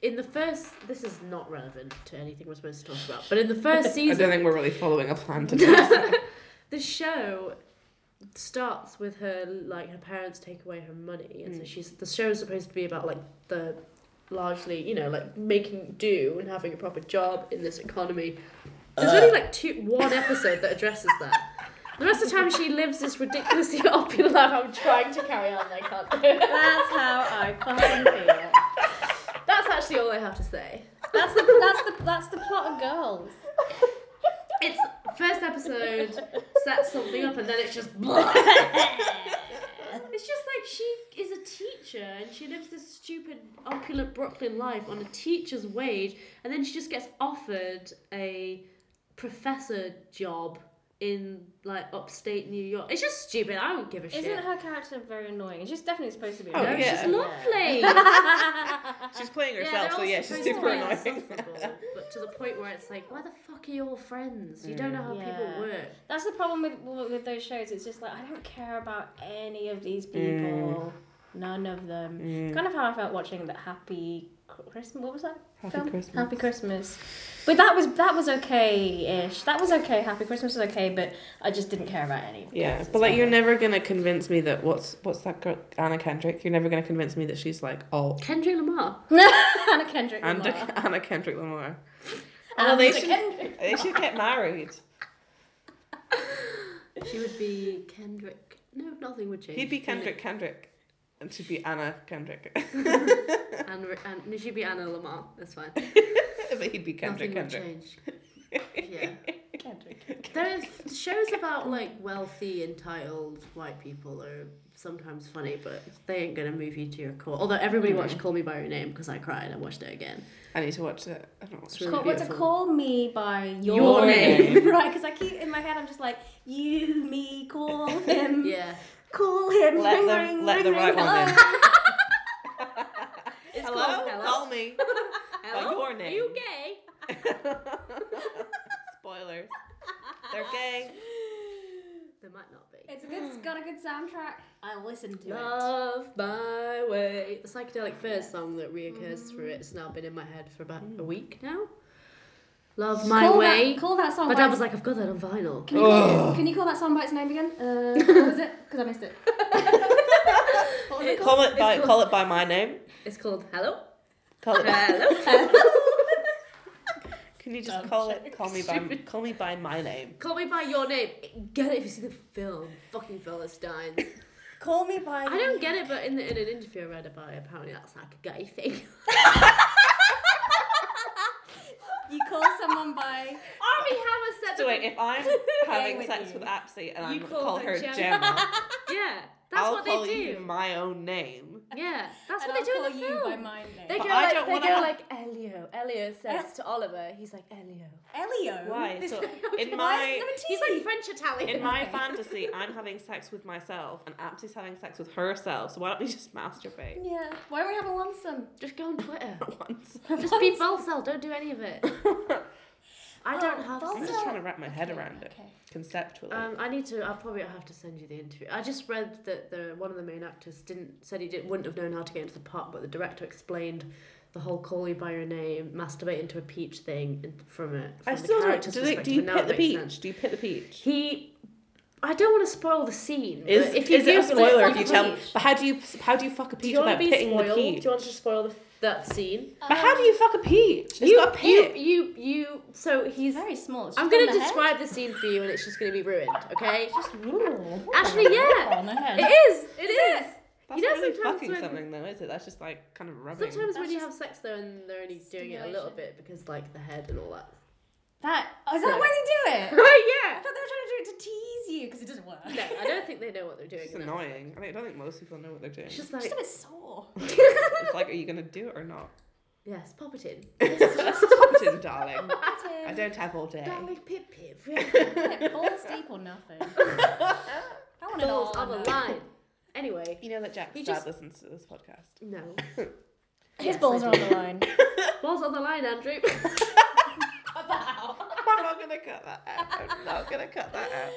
B: in the first, this is not relevant to anything we're supposed to talk about, but in the first
A: I don't
B: season,
A: think we're really following a plan today.
B: the show starts with her like her parents take away her money, and so she's the show is supposed to be about like the largely you know like making do and having a proper job in this economy. There's only like two one episode that addresses that. The rest of the time she lives this ridiculously opulent life. I'm trying to carry on, I can't do it.
C: That's how I fucking feel.
B: That's actually all I have to say.
C: That's the that's the that's the plot of girls.
B: It's first episode sets something up and then it's just blah. It's just like she is a teacher and she lives this stupid opulent Brooklyn life on a teacher's wage, and then she just gets offered a professor job in like upstate New York. It's just stupid. I don't give a shit.
C: Isn't her character very annoying? She's definitely supposed to be.
A: Oh,
B: no,
C: annoying.
A: yeah.
B: she's lovely.
A: she's playing
B: they're
A: herself, so
B: all
A: yeah, she's
B: supposed to
A: super
B: be
A: annoying.
B: insufferable, but to the point where it's like, why the fuck are you all friends? You don't know how
C: Yeah.
B: people work.
C: That's the problem with with those shows. It's just like I don't care about any of these people. None of them. Kind of how I felt watching that Happy Christmas. What was that?
A: Happy Christmas.
C: Happy Christmas. But that was that was okay ish. That was okay. Happy Christmas was okay, but I just didn't care about any. of
A: Yeah,
C: those.
A: but like you're never gonna convince me that what's what's that girl Anna Kendrick? You're never gonna convince me that she's like alt.
B: Kendrick Lamar.
C: Anna Kendrick.
A: And
C: Lamar.
A: Anna Kendrick Lamar.
C: Anna
A: Well, they should,
C: Kendrick.
A: they should get married.
B: She would be Kendrick. No, nothing would change.
A: He'd be Kendrick Kendrick, and she'd be Anna Kendrick.
B: And, and no, she'd be Anna Lamar. That's fine.
A: but he'd be Kendrick Kendrick.
B: Nothing would change. Yeah.
C: Kendrick.
B: There's shows about like wealthy, entitled white people are sometimes funny, but they ain't gonna move you to your core. Although everybody
A: Mm-hmm.
B: watched Call Me by Your Name because I cried. I watched it again.
A: I need to watch it. I don't watch
B: really
C: Call, what's it
B: beautiful.
C: call me by your,
B: Your
C: name,
B: name.
C: right? Because I keep in my head, I'm just like you, me, call him,
B: Yeah.
C: call him,
A: Let
C: ring,
A: the-
C: ring,
A: let
C: ring,
A: the
C: ring,
A: right one
C: hello.
B: It's
A: Hello?
B: called
A: Call me.
B: Hello?
A: By your
B: Are
A: name.
B: Oh, you gay?
A: Spoilers. They're gay.
B: There might not be.
C: It's, a good, it's got a good soundtrack. I listen to
A: Uh,
C: it.
B: Love my way. The psychedelic furs song that
C: Mm.
B: reoccurs through it's now been in my head for about a week now. Love my
C: call
B: way.
C: That, call that song.
B: my
C: by
B: dad
C: its-
B: was like, I've got that on vinyl.
C: Can you, call, can you call that song by its name again? Uh, what was it? Because I missed it. what was it called?
A: Call it by call it by my name.
B: It's called Hello.
A: Call it.
B: Hello.
A: Can you
C: Um,
A: just call it? Call me by call me by my name.
B: Call me by your name. Get it if you see the film. Fucking Philistines.
C: Call me by.
B: I don't get it, but in, the, in an interview I read about it, apparently that's like a gay thing.
C: You call someone by.
B: Army Hammer said
A: So
B: that.
A: wait, if I'm having
C: with
A: sex
C: you.
A: with Apsy and I
B: You
A: call,
B: call her
A: her
B: Gemma.
A: Gemma,
B: yeah, that's
A: I'll
B: what
A: call
B: they do.
A: you my own name.
B: Yeah, that's
C: and
B: what they
C: I'll
B: do in
C: call
B: the
C: you
B: film.
C: by my name.
B: They
A: But
B: go
A: I
B: like
A: don't
B: they
A: wanna
B: go
A: have-
B: like Elio. Elio says to Oliver, he's like Elio.
C: Elio.
A: Why? So in
C: Why
A: my
C: is it
B: He's
C: number
B: like
C: two?
B: French Italian.
A: in my fantasy, I'm having sex with myself and Apsy's having sex with herself. So why don't we just masturbate
C: Yeah. Why don't we have a lonesome?
B: Just go on Twitter.
A: at once?
B: Just be Balsal. Don't do any of it. I don't
C: Oh,
B: have.
C: Balsal.
A: I'm
B: sex.
A: just trying to wrap my head around it
C: Okay.
A: conceptually.
B: Um, I need to. I'll probably have to send you the interview. I just read that the one of the main actors didn't said he did, wouldn't have known how to get into the pot, but the director explained the whole "call you by your name," masturbate into a peach thing and- from it. From
A: I
B: the
A: still don't.
B: character's
A: Do, they, do
B: perspective,
A: you
B: and now
A: pit
B: it
A: the
B: makes
A: peach?
B: sense.
A: Do you pit the peach?
B: He. I don't want to spoil the scene. but
A: Is,
B: if you
A: is it a
B: Google
A: spoiler
B: fuck
A: if you
B: a
A: tell?
B: peach.
A: But how do you how do you fuck a peach
B: Do you want to
A: without
B: be
A: pitting
B: spoiled?
A: the
B: Do
A: peach?
B: you want to spoil the, that scene?
A: But
C: Um,
A: how do you fuck a peach? It's got a
B: you,
A: pit.
B: you, you. So he's.
C: Very small. It's
B: I'm
C: just on
B: going
C: the
B: to
C: head.
B: describe the scene for you, and it's just going to be ruined. Okay.
C: Ooh.
B: Actually, yeah.
C: Oh, On the head.
B: It is. It is.
A: That's
B: You know
A: not really
B: sometimes
A: fucking
B: when-
A: something though, is it? That's just like kind of rubbing.
B: Sometimes
C: That's
B: when you
C: just
B: have sex though, and they're only doing it a little bit because like the head and all that
C: That is that
B: So-
C: why they do it?
B: Right,
C: I
B: yeah.
C: thought they were trying to do it to tease you because it doesn't work.
B: No, I don't think they know what they're doing.
A: It's
B: no.
A: annoying. I, mean, I don't think most people know what they're doing.
B: It's
A: It's,
B: just
C: I'm
B: like,
C: just a bit sore.
A: like, are you gonna do it or not?
B: yes, pop it in.
A: Stop it, darling. I
C: That's it.
A: don't have all day.
B: Darling Pip Pip.
C: Yeah, balls deep or nothing. I want it all.
B: Balls on the line. Anyway,
A: You know that Jack's
C: You
A: dad
C: just-
A: listens to this podcast.
B: no.
C: His
B: Yes,
C: balls
B: I
C: are on the line.
B: Balls on the line, Andrew.
A: I'm not gonna cut that out. I'm not gonna cut that out.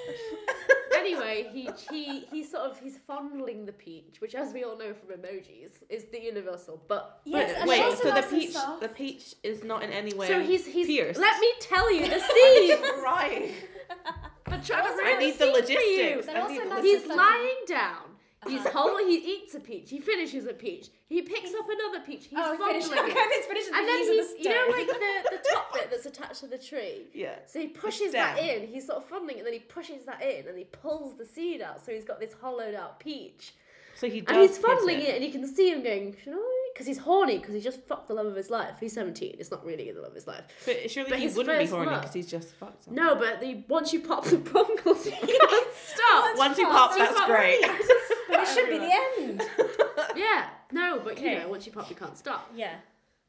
B: anyway, he, he he sort of he's fondling the peach, which, as we all know from emojis, is the universal. But
C: Yes, and
A: Wait,
C: it's also
A: so the
C: nice and
A: peach,
C: soft.
A: the peach is not in any way.
B: so he's he's.
A: pierced.
B: Let me tell you the scene.
A: right.
B: I'm trying to
C: Also
B: ruin
A: I need the
B: the scene for you.
A: logistics.
C: Then
A: I
C: also
A: need the
C: nice
B: He's
C: It's like-
B: lying down. He's
C: Uh-huh.
B: whole. He eats a peach. He finishes a peach. He picks up another peach. He's
C: oh,
B: fondling
C: finish.
B: it.
C: Okay, it's finished.
B: And then
C: he's,
B: he's,
C: the
B: you know,
C: stone.
B: like the, the top bit that's attached to the tree.
A: Yeah.
B: So he pushes that
A: down.
B: in. He's sort of fondling it, and then he pushes that in, and he pulls the seed out. So he's got this hollowed out peach,
A: So he does.
B: and he's
A: hit
B: fondling it. and you can see him going, "Should I?" Because he's horny. Because he just fucked the love of his life. He's seventeen. It's not really the love of his life.
A: But surely
B: But
A: he
B: his
A: wouldn't be
B: first
A: horny
B: love-
A: because he's just fucked. Up.
B: No, but the, once you pop the bongles, you can't stop.
A: Once he pops,
B: Once you
A: that's
B: pop-
A: great.
C: but it should be the end.
B: Yeah. No, but you
C: Okay.
B: know, once you pop, you can't stop.
C: Yeah.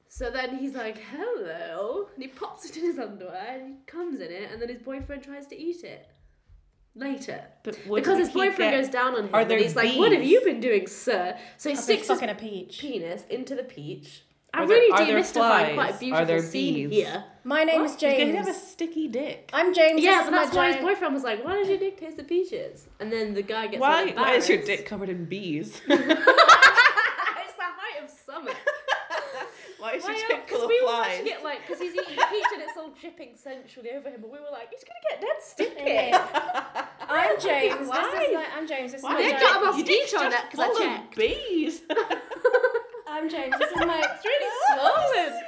B: So then he's like, hello. And he pops it in his underwear and he comes in it, and then his boyfriend tries to eat it. Later.
A: But would
B: because his
A: he
B: boyfriend
A: get-
B: goes down on him.
A: Are
B: and
A: there
B: he's like, what have
A: bees?
B: you been doing, sir? So he
C: I've been
B: sticks his
C: fucking a peach.
B: penis into the peach.
A: Are
B: I'm
A: there-
B: really
A: are there
B: demystifying quite a
A: flies? Are
B: beautiful
A: there
B: scene
A: bees?
B: here.
C: My name is
A: He's gonna have a
C: James.
A: sticky dick.
C: I'm James.
B: Yeah,
C: this is
B: but that's
C: my
B: why his
C: giant-
B: boyfriend was like, why does your dick taste the peaches? And then the guy gets all
A: Why? Why is your
B: embarrassed.
A: dick covered in bees?
B: it's the height of summer.
A: Why is your
B: Why
A: dick full of
B: we were
A: flies?
B: watching it like because he's eating peach and it's all dripping sensually over him, but we were like, he's gonna get dead sticky.
C: Yeah. I'm James. This
B: Why?
C: is my, I'm James. This is
A: Why
C: my
A: did
B: Nick
A: Your
C: giant-
B: got a
A: dick- your dick's
B: mosquito
A: just
B: on that 'cause I
A: full of
B: checked.
A: Bees.
C: I'm James. This is my.
B: it's really swollen.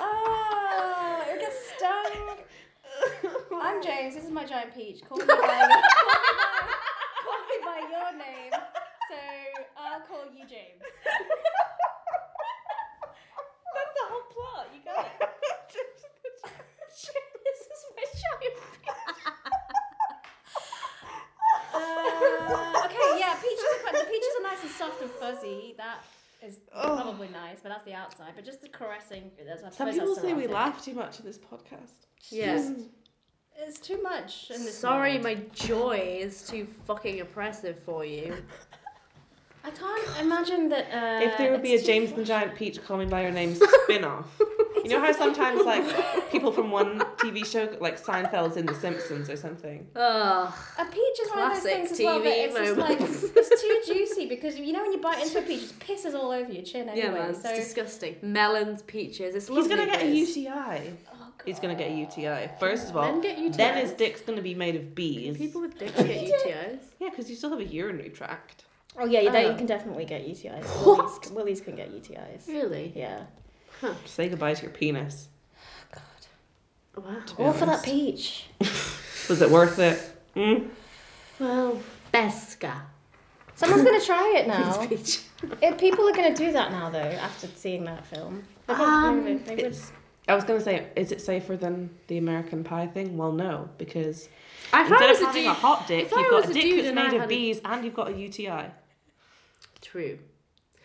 C: Oh, it gets stung. I'm James. This is my giant peach. Call me by, call me by, call me by your name. So I'll call you James.
B: That's the whole plot. You got it. this is my giant
C: Uh, okay, yeah, peaches are quite, the peaches are nice and soft and fuzzy. That is
A: Oh.
C: probably nice, but that's the outside. But just the caressing. That's,
A: Some
C: I suppose
A: people
C: that's
A: say we
C: erotic.
A: laugh too much in this podcast.
B: Yeah.
C: It's too much. In this
B: Sorry,
C: world.
B: my joy is too fucking oppressive for you.
C: I can't imagine that. Uh,
A: if there would be a
C: it's too
A: James and the Giant Peach Call Me By Your Name spin off. you know how sometimes, like, people from one TV show, like Seinfeld's in The Simpsons or something.
B: Ugh.
C: A peach is one of those
B: Classic
C: things as well that
B: TV
C: it's just like
B: moments.
C: it's too juicy because you know when you bite into a peach, it pisses all over your chin anyway.
B: Yeah, man, it's
C: so
B: disgusting. Melons, peaches, it's
A: He's
B: lovely.
A: gonna get a
B: this.
A: UTI.
C: oh,
A: He's gonna get a UTI, first of
B: Men
A: all.
B: get UTIs.
A: Then his dick's gonna be made of bees.
B: People with dicks get UTIs.
A: Yeah, because you still have a urinary tract.
C: oh yeah, you,
B: don't-
A: Um,
B: you
C: can definitely get UTIs.
B: Willies-
C: Willies can get UTIs.
B: Really?
C: Yeah.
A: Say goodbye to your penis.
C: God.
B: Wow.
A: to be honest.
C: peach.
A: Was it worth it? Mm.
B: Well, Beska.
C: Someone's gonna try it now.
B: Peach.
C: if people are gonna do that now though, after seeing that film, They won't-
B: Um,
C: they would- they would-
A: It's, I was gonna say, is it safer than the American Pie thing? Well, no, because
B: I
A: instead
B: was
A: of
B: a
A: having
B: dude.
A: a hot dick,
B: if I
A: you've got
B: was
A: a
B: a
A: dick
B: dude
A: that's
B: and I
A: made
B: had
A: of
B: a-
A: bees, and you've got a UTI.
B: True.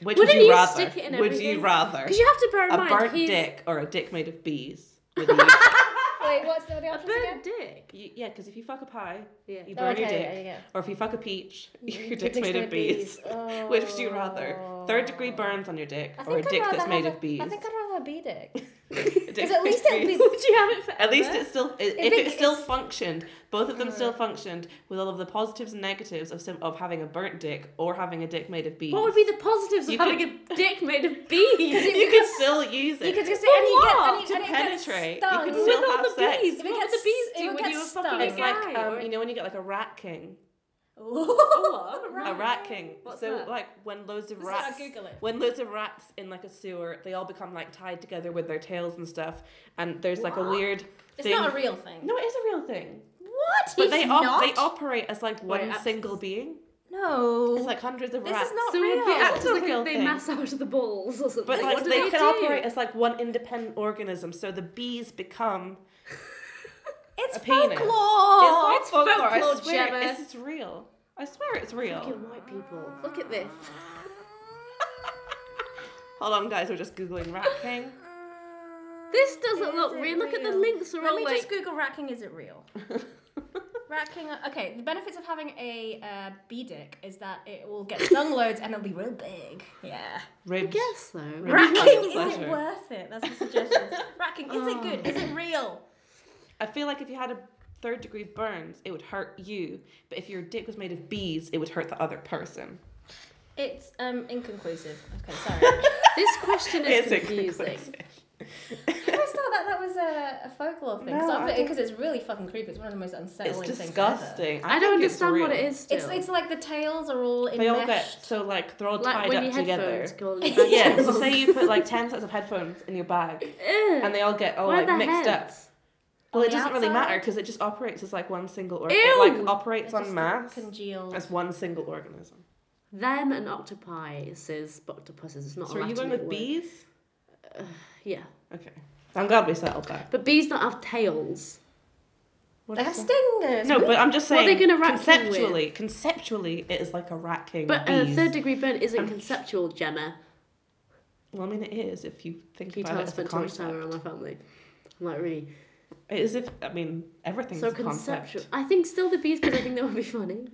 A: Which
B: Wouldn't
A: would you
B: you
A: rather?
B: stick it in
A: would
B: everything?
A: you rather
B: Because you have to bear in
A: a
B: mind,
A: burnt
B: he's
A: dick or a dick made of bees? With a UTI?
C: Wait, what's the other
B: a
C: options again?
B: burnt dick.
A: You- yeah, because if you fuck a pie,
B: Yeah.
A: you
C: Oh,
A: burn your
C: okay,
A: dick,
C: yeah, yeah.
A: or if you fuck a peach, your
C: Your
A: dick's, made, of bees. Which would you rather?
C: Oh.
A: Third degree burns on your dick,
C: I
A: or a
C: think I'd
A: dick that's
C: rather
A: made
C: have
A: of bees?
C: A, I think I'd rather have a bee dick.
A: A dick
C: Because
A: made
C: at least
A: of
C: it'd
A: bees.
C: be.
B: Would you have it forever?
A: At least it still, i- if
C: think
A: it still
C: it's-
A: functioned, both of them still functioned with all of the positives and negatives of sim- of having a burnt dick or having a dick made of bees.
B: What would be the positives
A: You
B: of having a dick made of bees?
A: you could still use it.
C: You could just
B: But
C: and you get
B: what?
C: and you,
A: to
C: and it gets
A: penetrate, you
C: stung.
A: could
B: With
A: still
B: all
A: have
B: the
A: sex.
B: bees,
C: It
B: what would
C: gets
B: the bees
C: it
B: do
C: would
B: when
C: get
B: you were
C: stung.
B: fucking a
A: it's
B: guy?
A: like um,
B: or-
A: you know when you get like a rat king,
B: Oh, what?
A: a rat king.
B: What's
A: so
B: that?
A: like when loads of
C: This is-
A: rats,
C: I'll Google it.
A: when loads of rats in like a sewer, they all become like tied together with their tails and stuff, and there's like a weird.
C: It's
A: thing.
C: not a real thing.
A: No, it is a real thing.
C: What?
A: But they
C: It's
A: op-
C: not?
A: they operate as like one
B: abs-
A: single being.
C: No.
A: It's like hundreds of
C: This is
A: rats.
C: not
B: So would
C: real.
B: the
A: It's
B: actors
A: like a
B: like
A: real
B: they
A: thing.
B: massage the balls or something?
A: but like
B: what do
A: they
B: they
A: can
B: do?
A: operate as like one independent organism, so the bees become
C: it's
A: a penis.
C: Oh, folklore.
A: it's, not folklore. I
B: folklore,
A: swear
B: Gemma.
A: it's, it's real. I swear it's real.
B: Fucking white people. Look at this.
A: Hold on, guys, we're just googling rat king.
B: This doesn't
C: Is
B: look
C: it
B: real. Look at the
C: real?
B: links are
C: Let
B: all
C: me
B: like.
C: just Google racking. Is it real? Racking. Okay, the benefits of having a uh, bee dick is that it will get stung loads and it'll be real big. Yeah.
A: Ribs.
B: Yes, though.
A: Right.
C: Racking.
A: Pleasure.
C: Is it worth it? That's the suggestion. racking. Is it good?
B: Oh.
C: Is it real?
A: I feel like if you had a third degree burns, it would hurt you. But if your dick was made of bees, it would hurt the other person.
C: It's um inconclusive. Okay, sorry.
B: This question is
A: It's
B: confusing.
A: inconclusive.
C: I just thought that that was a, a folklore thing.
A: No, I don't-
C: Because it's really fucking creepy. It's one of the most
A: It's
C: unsettling things. ever.
A: disgusting.
B: I don't
A: think it's
B: understand what
A: real.
B: it is. Still.
C: It's it's like the tails are all
A: They all
C: enmeshed.
A: get so like they're all
B: like
A: tied
B: when
A: up
B: your
A: together.
B: headphones go on your back.
A: Yeah, so say you put like ten sets of headphones in your bag,
B: Ew.
A: and they all get all
B: Why
A: like
B: the
A: mixed up.
B: heads?
A: Well,
C: On
A: it
C: the
A: doesn't really
C: outside?
A: matter because it just operates as like one single organ.
B: Ew!
A: It like operates
C: They're
A: on
C: just
A: mass
C: congealed.
A: as one single organism.
B: Them and octopi says octopuses. It's not.
A: So
B: a
A: are you going
B: Latin
A: with
B: word.
A: bees?
B: Yeah,
A: Okay, I'm glad we settled that.
B: but bees don't have tails.
A: What
C: They
A: is
C: have
A: that?
C: stingers.
A: No, but I'm just
B: What are
A: saying.
B: they gonna rat king with?
A: conceptually, conceptually, it is like a rat king.
B: But
A: with
B: a
A: bees.
B: third degree burn isn't conceptual, Gemma.
A: Well, I mean, it is if you think
B: Can you tell
A: about
B: I
A: it as a
B: spent too much time around
A: concept.
B: my family? I'm like really.
A: It is if I mean everything's
B: so
A: a concept.
B: conceptual. I think still the bees, because I think that would be funny.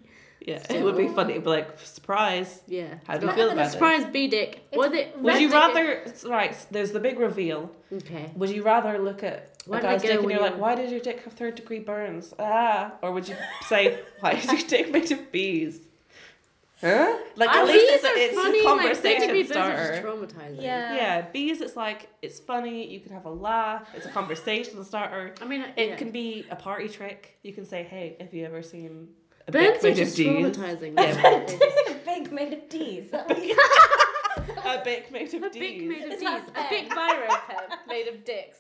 A: Yeah, it would be funny. But like surprise,
B: Yeah.
A: how do you
C: Rather
A: feel
C: than
A: about it?
B: Surprise bee dick.
C: It's
B: Or the-
A: Would you
C: Red
A: rather? Right, there's the big reveal.
B: Okay.
A: Would you rather look at
B: Why
A: a
B: did I
A: guy's
B: go
A: dick and
B: with
A: you're like,
B: you?
A: why did your dick have third degree burns? Ah, or would you say, why is your dick made of bees? Huh? Like
B: I
A: at
B: mean,
A: least it's,
B: these Ah, are
A: a, it's
B: funny,
A: a
B: like,
A: conversation
B: third-degree burns are just
A: starter.
B: traumatizing.
C: Yeah.
A: Yeah, bees. It's like it's funny. You could have a laugh. It's a conversation starter.
B: I mean,
A: It
B: yeah.
A: can be a party trick. You can say, hey, have you ever seen a dick
B: burns are
A: made of
B: just
A: bees?
B: traumatizing.
A: Yeah.
B: though. They just-
C: a big made of D's.
A: A dick made of
B: A
A: bees.
B: big made of
C: It's
B: D's.
C: like
B: A big biro pen made of dicks.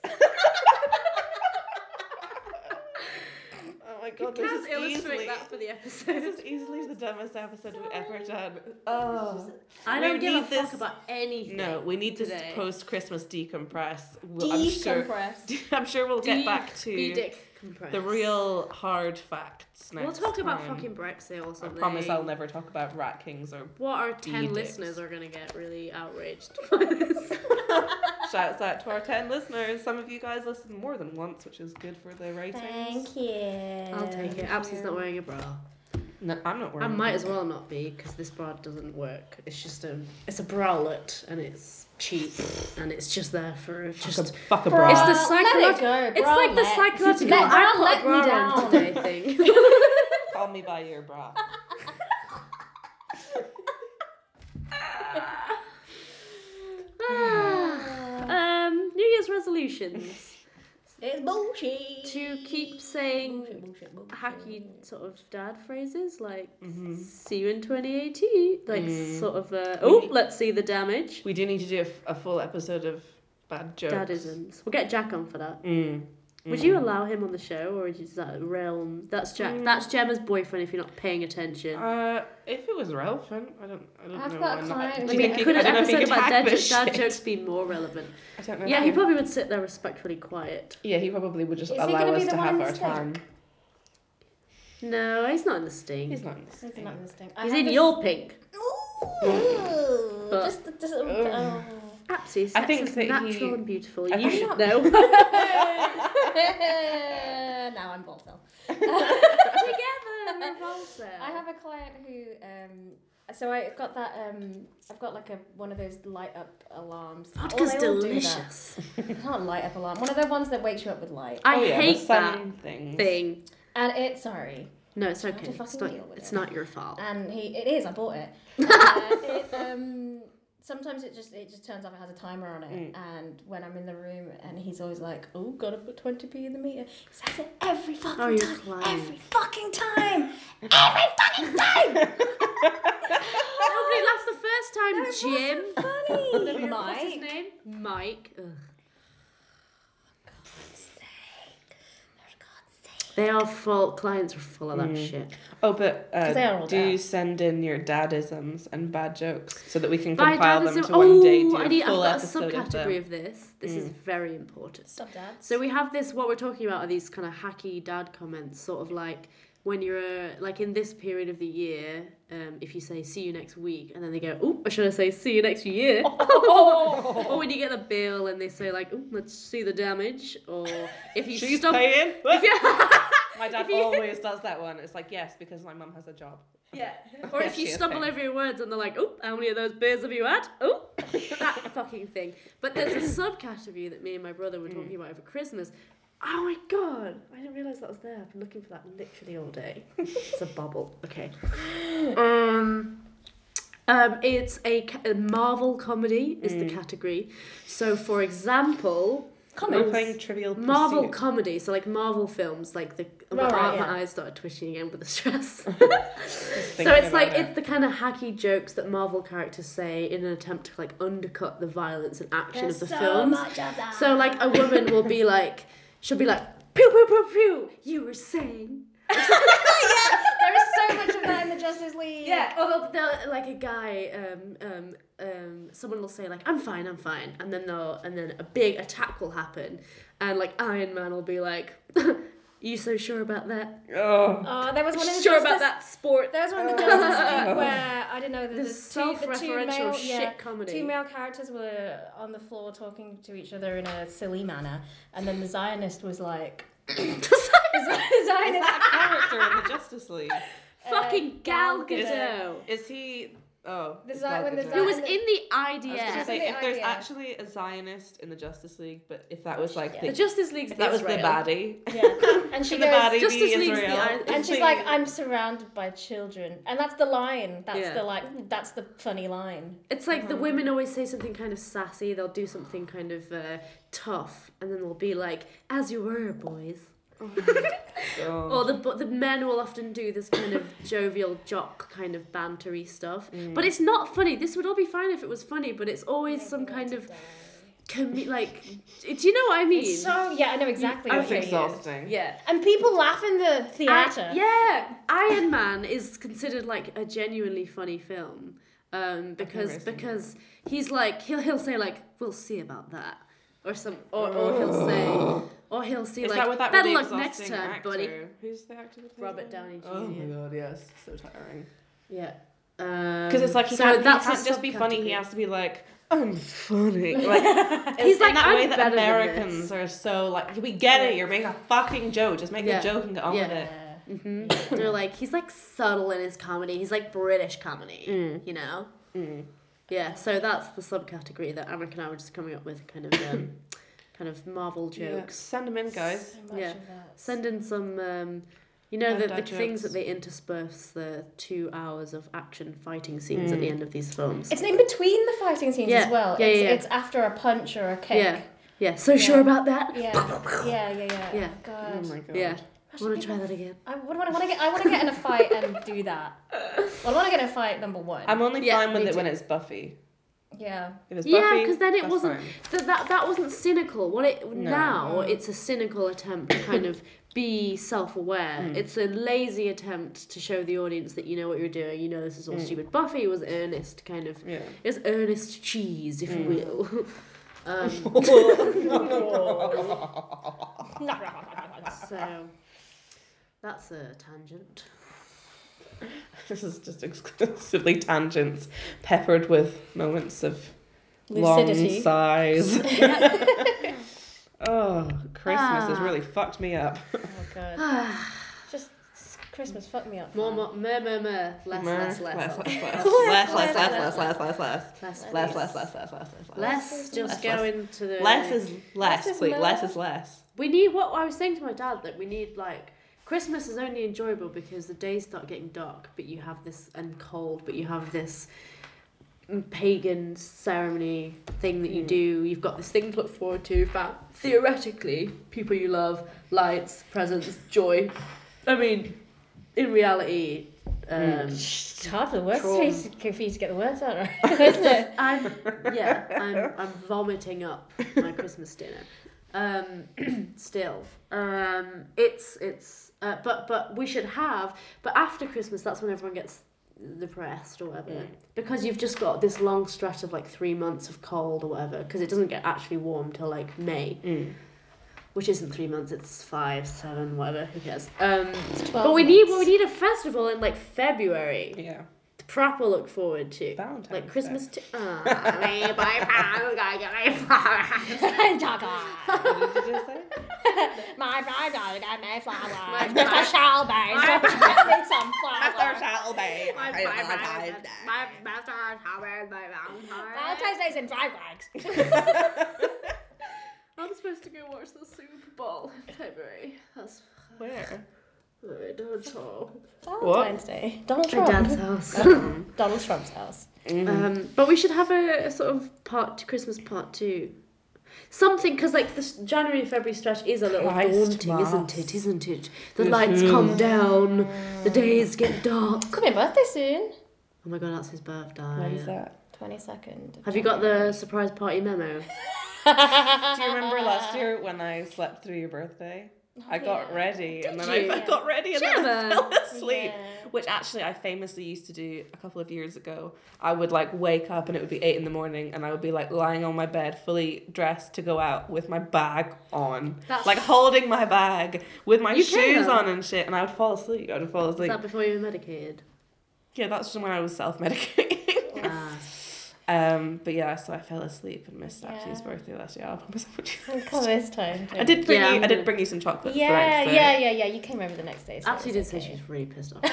A: Oh my
B: You
A: god, this
B: can
A: is easily.
B: illustrate that for the
A: This
B: episode.
A: is easily the dumbest episode we've ever done. Oh.
B: I
A: We
B: don't give a
A: need this-
B: fuck about anything.
A: No, we need to
B: today.
A: post Christmas decompress. We'll, I'm sure.
C: Decompress.
A: I'm sure we'll get back
B: Bee
A: to
B: dick compressed.
A: the real hard facts next
B: We'll talk about
A: time.
B: fucking Brexit or
A: I
B: something.
A: promise I'll never talk about rat kings or
B: What our ten
A: dicks.
B: listeners are gonna get really outraged by this.
A: shouts out to our ten listeners. Some of you guys listen more than once, which is good for the ratings.
C: Thank you.
B: I'll take it. Absy's not wearing a bra.
A: No, I'm not
B: I
A: worried.
B: might as well not be because this bra doesn't work. It's just a it's a bralette and it's cheap and it's just there for
A: Fuck
B: just.
A: a, fuck a
C: Bra.
A: bra.
B: It's the
C: Let it
B: psychological.
C: go,
B: It's like the
C: bralette.
B: psychological.
C: Let-
B: I put a
C: bralette me
B: bra
C: down.
B: on today thing.
A: Call me by your bra.
B: Ah, um, New Year's resolutions
C: It's bullshit.
B: to keep saying
C: Bullshit, bullshit.
B: hacky sort of dad phrases like
A: Mm-hmm.
B: "see you in 2018," like sort of uh, oh,
A: Mm. need-
B: let's see the damage.
A: We do need to do a f- a, full episode of bad jokes.
B: Dadisms. We'll get Jack on for that.
A: Mm. Mm.
B: Would you allow him on the show, or is that realm? That's Jack. That's Gemma's boyfriend. If you're not paying attention,
A: Uh, if it was relevant, I don't, I don't
C: I've
A: know.
C: got
A: why not.
C: clients
A: Do
B: I
A: you
B: mean,
A: think he-
B: could
A: I
B: an
A: don't know if he
B: episode
A: could
B: about
A: hack
B: dad,
A: this
B: dad
A: shit?
B: jokes be more relevant?
A: I don't know. if
B: Yeah, he
A: can-
B: probably would sit there respectfully quiet.
A: Yeah, he probably would just
C: Is he
A: allow
C: gonna be
A: us
C: the
A: to
C: one
A: have
C: in
A: our
C: the stink?
A: time.
B: No, he's not in the sting.
A: He's
B: He's,
A: not Oh, in this.
C: It's
A: thing.
C: not this thing. I have
B: in
C: this-
B: your pink.
C: Ooh.
B: But-
C: just, just oh.
B: Absolutely,
A: I
B: sex
A: think
B: is
A: that he-
B: natural and beautiful.
A: I
B: you
A: think-
B: should know.
C: now I'm bald though.
B: Together,
C: I have a client who, um, so I got that. Um, I've got like a one of those light up alarms. All-
B: Vodka's
C: they all do that. Oh,
B: delicious.
C: It's not a light up alarm. One of the ones that wakes you up with light.
B: I
A: Oh, yeah, the
B: hate that
A: sun thing.
B: thing.
C: And it, sorry.
B: No, it's
C: have
B: okay.
C: to
B: It's
C: fucking
B: not.
C: deal with
B: It's
C: it.
B: not your fault.
C: And he, it is. I bought it. Uh, it um, sometimes it just it just turns off. It has a timer on
B: Mm.
C: it. And when I'm in the room, and he's always like, "Oh, gotta put twenty p in the meter." He says it every fucking
B: Oh, your
C: time.
B: client.
C: Every fucking time. every fucking time.
B: Nobody laughed the first time, Jim.
C: Funny.
B: What's his
C: Mike.
B: name? Mike. Ugh.
C: For God's sake. Mm.
B: They are full. Clients are full of that shit.
A: Oh, but uh,
C: 'Cause they are all
A: do
C: dead.
A: you send in your dadisms and bad jokes so that we can
B: By
A: compile them
B: dadism-
A: to one day do
B: I
A: a
B: need- I've
A: full
B: got a
A: episode of
B: subcategory
A: them?
B: of, this. This
C: Mm.
B: is very important.
C: Stop dads.
B: So we have this. What we're talking about are these kind of hacky dad comments, sort of like when you're uh, like in this period of the year. Um, if you say "see you next week," and then they go, "Oh, or should I say see you next year?" or when you get a bill and they say like, "Oh, let's see the damage," or if you
A: She's
B: stop.
A: paying.
B: Yeah.
A: My dad
B: If you-
A: always does that one. It's like yes, because my mum has a job.
B: Yeah. Or if you
A: She is
B: stumble
A: fake.
B: over your words and they're like, oh, how many of those beers have you had? Oh, that fucking thing. But there's a subcategory that me and my brother were
C: Mm.
B: talking about over Christmas. Oh my god, I didn't realise that was there. I've been looking for that literally all day. it's a bubble. Okay. Um, um, it's a, ca- a Marvel comedy, is
C: Mm.
B: the category. So, for example, Oh,
A: We're
C: Comments.
A: playing Trivial Pursuit.
B: Marvel comedy, so like Marvel films, like the oh my,
C: Right,
B: eye-
C: yeah.
B: my eyes started twitching again with the stress. so
A: thinking
B: it's like
A: about it.
B: it's the kind of hacky jokes that Marvel characters say in an attempt to like undercut the violence and action
C: There's
B: of the
C: so
B: films.
C: much of that.
B: So like a woman will be like, she'll be like, pew pew pew pew. You were saying.
C: there is so much of that in the Justice League.
B: Yeah, or they'll, they'll like a guy, um, um, um, someone will say like, "I'm fine, I'm fine," and then they'll, and then a big attack will happen, and like Iron Man will be like, "You so sure about that?
A: Oh.
C: Oh, there was one in the
B: sure
C: Justice
B: about that sport?"
C: There was one in the Justice League where I don't know the, the,
B: This
C: two, the two
B: self-referential
C: male
B: shit
C: yeah,
B: comedy.
C: Two male characters were on the floor talking to each other in a silly manner, and then the Zionist was like, the Zionist.
A: Character in the Justice League.
B: Fucking Gal
C: Gal
B: Gadot,
A: Is he? Oh.
C: The
A: it's
C: Zi-
A: Gal
C: when the
A: Gadot.
C: Zi-
B: who was in
C: Yeah.
B: the
A: I was gonna
B: IDF.
A: say,
C: the
A: if there's
C: idea.
A: actually a Zionist in the Justice League, but if that was like
C: Yeah.
B: The
A: the,
B: Justice League's
A: if that was the
B: Israel.
A: baddie,
C: Yeah, and she
A: should the
C: goes,
A: baddie
B: Justice
A: be
B: League's the
A: Israel?
B: I-
C: and she's like, "I'm surrounded by children," and that's the line. That's
B: Yeah.
C: the like. That's the funny line.
B: It's like
C: Mm.
B: the women always say something kind of sassy. They'll do something kind of uh, tough, and then they'll be like, "As you were, boys."
A: oh.
B: Or the but the men will often do this kind of jovial jock kind of bantery stuff,
A: Mm.
B: but it's not funny. This would all be fine if it was funny, but it's always some kind of commi like. Do you know what I mean?
C: It's so yeah, I know exactly.
A: that's
C: what you mean.
A: exhausting.
B: yeah.
C: And people laugh in the theater.
B: I- yeah, Iron Man is considered like a genuinely funny film um, because
A: never seen
B: because he's like he'll he'll say like we'll see about that or some or, or he'll say or he'll see
A: Is
B: like
A: that what that
B: better
A: really
B: luck next
A: exhausting
B: time,
A: actor?
B: buddy.
A: Who's the actor? That plays
B: Robert
A: him?
B: Downey Jr.
A: Oh my god, yes, so tiring.
B: Yeah.
A: Because it's like he
B: Um, so
A: can't, he
B: that's
A: can't
B: a
A: just be funny. He
B: subcategory.
A: has to be like, I'm funny. Like
B: He's
A: he's
B: like,
A: in that
B: "I'm
A: way that
B: better than
A: Americans are so like, we get it. You're making a fucking joke. Just make
B: Yeah.
A: a joke and get on with
B: Yeah.
A: it.
B: Mm-hmm. They're like he's like subtle in his comedy. He's like British comedy,
A: Mm.
B: you know. mm. Yeah, so that's the subcategory that Amrik and I were just coming up with, kind of, um, kind of Marvel
A: Jokes.
B: jokes.
A: Send them in, guys.
C: So much
B: Yeah.
C: of that.
B: Send in some, um, you know, the, the
A: Bandai
B: things that
A: jokes.
B: they intersperse the two hours of action fighting scenes at the end of these films.
C: It's in between the fighting scenes
B: Yeah,
C: as well.
B: yeah,
C: it's,
B: yeah.
C: it's after a punch or a kick.
B: yeah, yeah. So sure
C: Yeah.
B: about that?
C: Yeah, yeah, yeah, yeah.
B: Yeah.
A: Oh
C: God.
A: my god.
B: Yeah. want to try that again?
C: I would want to get. I want to get in a fight and do that. Well, I want to get in a fight. Number one.
A: I'm only
B: Yeah,
A: fine with
B: me
A: it
B: too.
A: when it's Buffy.
C: yeah.
A: If it's
B: Yeah,
A: Buffy,
B: because then it
A: that's
B: wasn't
A: fine.
B: that, that that wasn't cynical. What it now it's a cynical attempt to kind of be self-aware. It's a lazy attempt to show the audience that you know what you're doing. You know this is all stupid. Buffy was earnest, kind of.
A: Yeah.
B: It was earnest cheese, if
A: Mm.
B: you will. um, so that's a tangent.
A: This is just exclusively tangents, peppered with moments of long
C: Lucidity.
A: sighs. oh, Christmas has
B: Ah.
A: really fucked me up.
C: Oh god. Just Christmas fucked me up.
B: More, more, mer, mer, mer. Less, less, less, less,
A: less, less, less, less, less, less, less, less.
B: less,
A: Less, less, less, less, less, less,
B: Less, just
A: less.
B: go into the
A: Less is less,
C: Less is
A: please. Less
C: less.
A: is less.
B: We need what I was saying to my dad that we need like Christmas is only enjoyable because the days start getting dark, but you have this and cold, but you have this pagan ceremony thing that you do. You've got this thing to look forward to. But theoretically, people you love, lights, presents, joy. I mean, in reality, um,
C: Hmm. It's hard for the words
B: Trauma.
C: for you to- for you to get the words out, right? Isn't it?
B: I'm yeah, I'm I'm vomiting up my Christmas dinner. um, still. Um, it's it's uh, but but we should have. But after Christmas, that's when everyone gets depressed or whatever because you've just got this long stretch of like three months of cold or whatever because it doesn't get actually warm till like May.
A: Mm.
B: Which isn't three months; it's five, seven, whatever. Who cares? Um, but we need we need a festival in like February
A: Yeah.
B: to proper look forward to.
A: Valentine's
B: like
A: Day.
B: Christmas. T- oh, babe, I gotta get my flowers.
C: Jaga.
A: What did you just say?
C: My brother got me flowers.
B: My-
C: Mr. Shelby, got me some flowers.
A: Child Bay.
B: My flowers. My master flowers. My Valentine's.
C: Valentine's Day's in five weeks.
B: I'm supposed to go watch the Super Bowl in February. That's
A: Where?
B: I don't know.
C: Valentine's Day. Donald
B: My
C: Trump.
B: dad's house.
C: Donald Trump's house.
A: Mm.
B: um, but we should have a, a sort of part two, Christmas part two. Something because like this January February stretch is a little
A: Christ
B: daunting,
A: mass.
B: isn't it? Isn't it? The lights come down, the days get dark.
C: Could be birthday soon.
B: Oh my god, that's his birthday.
A: When's that?
C: 22nd.
B: Have you got the surprise party memo?
A: Do you remember last year when I slept through your birthday? I got
C: yeah.
A: ready and then
B: you?
A: I got ready and then I
B: Gemma.
A: fell asleep.
C: Yeah.
A: Which actually I famously used to do a couple of years ago. I would like wake up and it would be eight in the morning and I would be like lying on my bed fully dressed to go out with my bag on.
B: That's-
A: Like holding my bag with my
B: You can,
A: shoes
B: though.
A: on and shit and I would fall asleep. I would fall
B: Is
A: asleep.
B: that before you were medicated?
A: Yeah, that's just when I was self medicating.
B: Ah.
A: Um, but yeah, so I fell asleep and missed Ashley's
C: Yeah.
A: birthday last year. I promise I would do
C: We'll
A: that.
C: Come this time.
A: I did bring
B: Yeah,
A: you.
B: I'm
A: I
B: gonna-
A: did bring you some chocolates. the
C: Yeah,
A: next day.
C: yeah, yeah, yeah. You came over the next day. So
B: Actually,
C: it
B: did
C: was
B: say
C: okay.
B: she was really pissed off.
A: I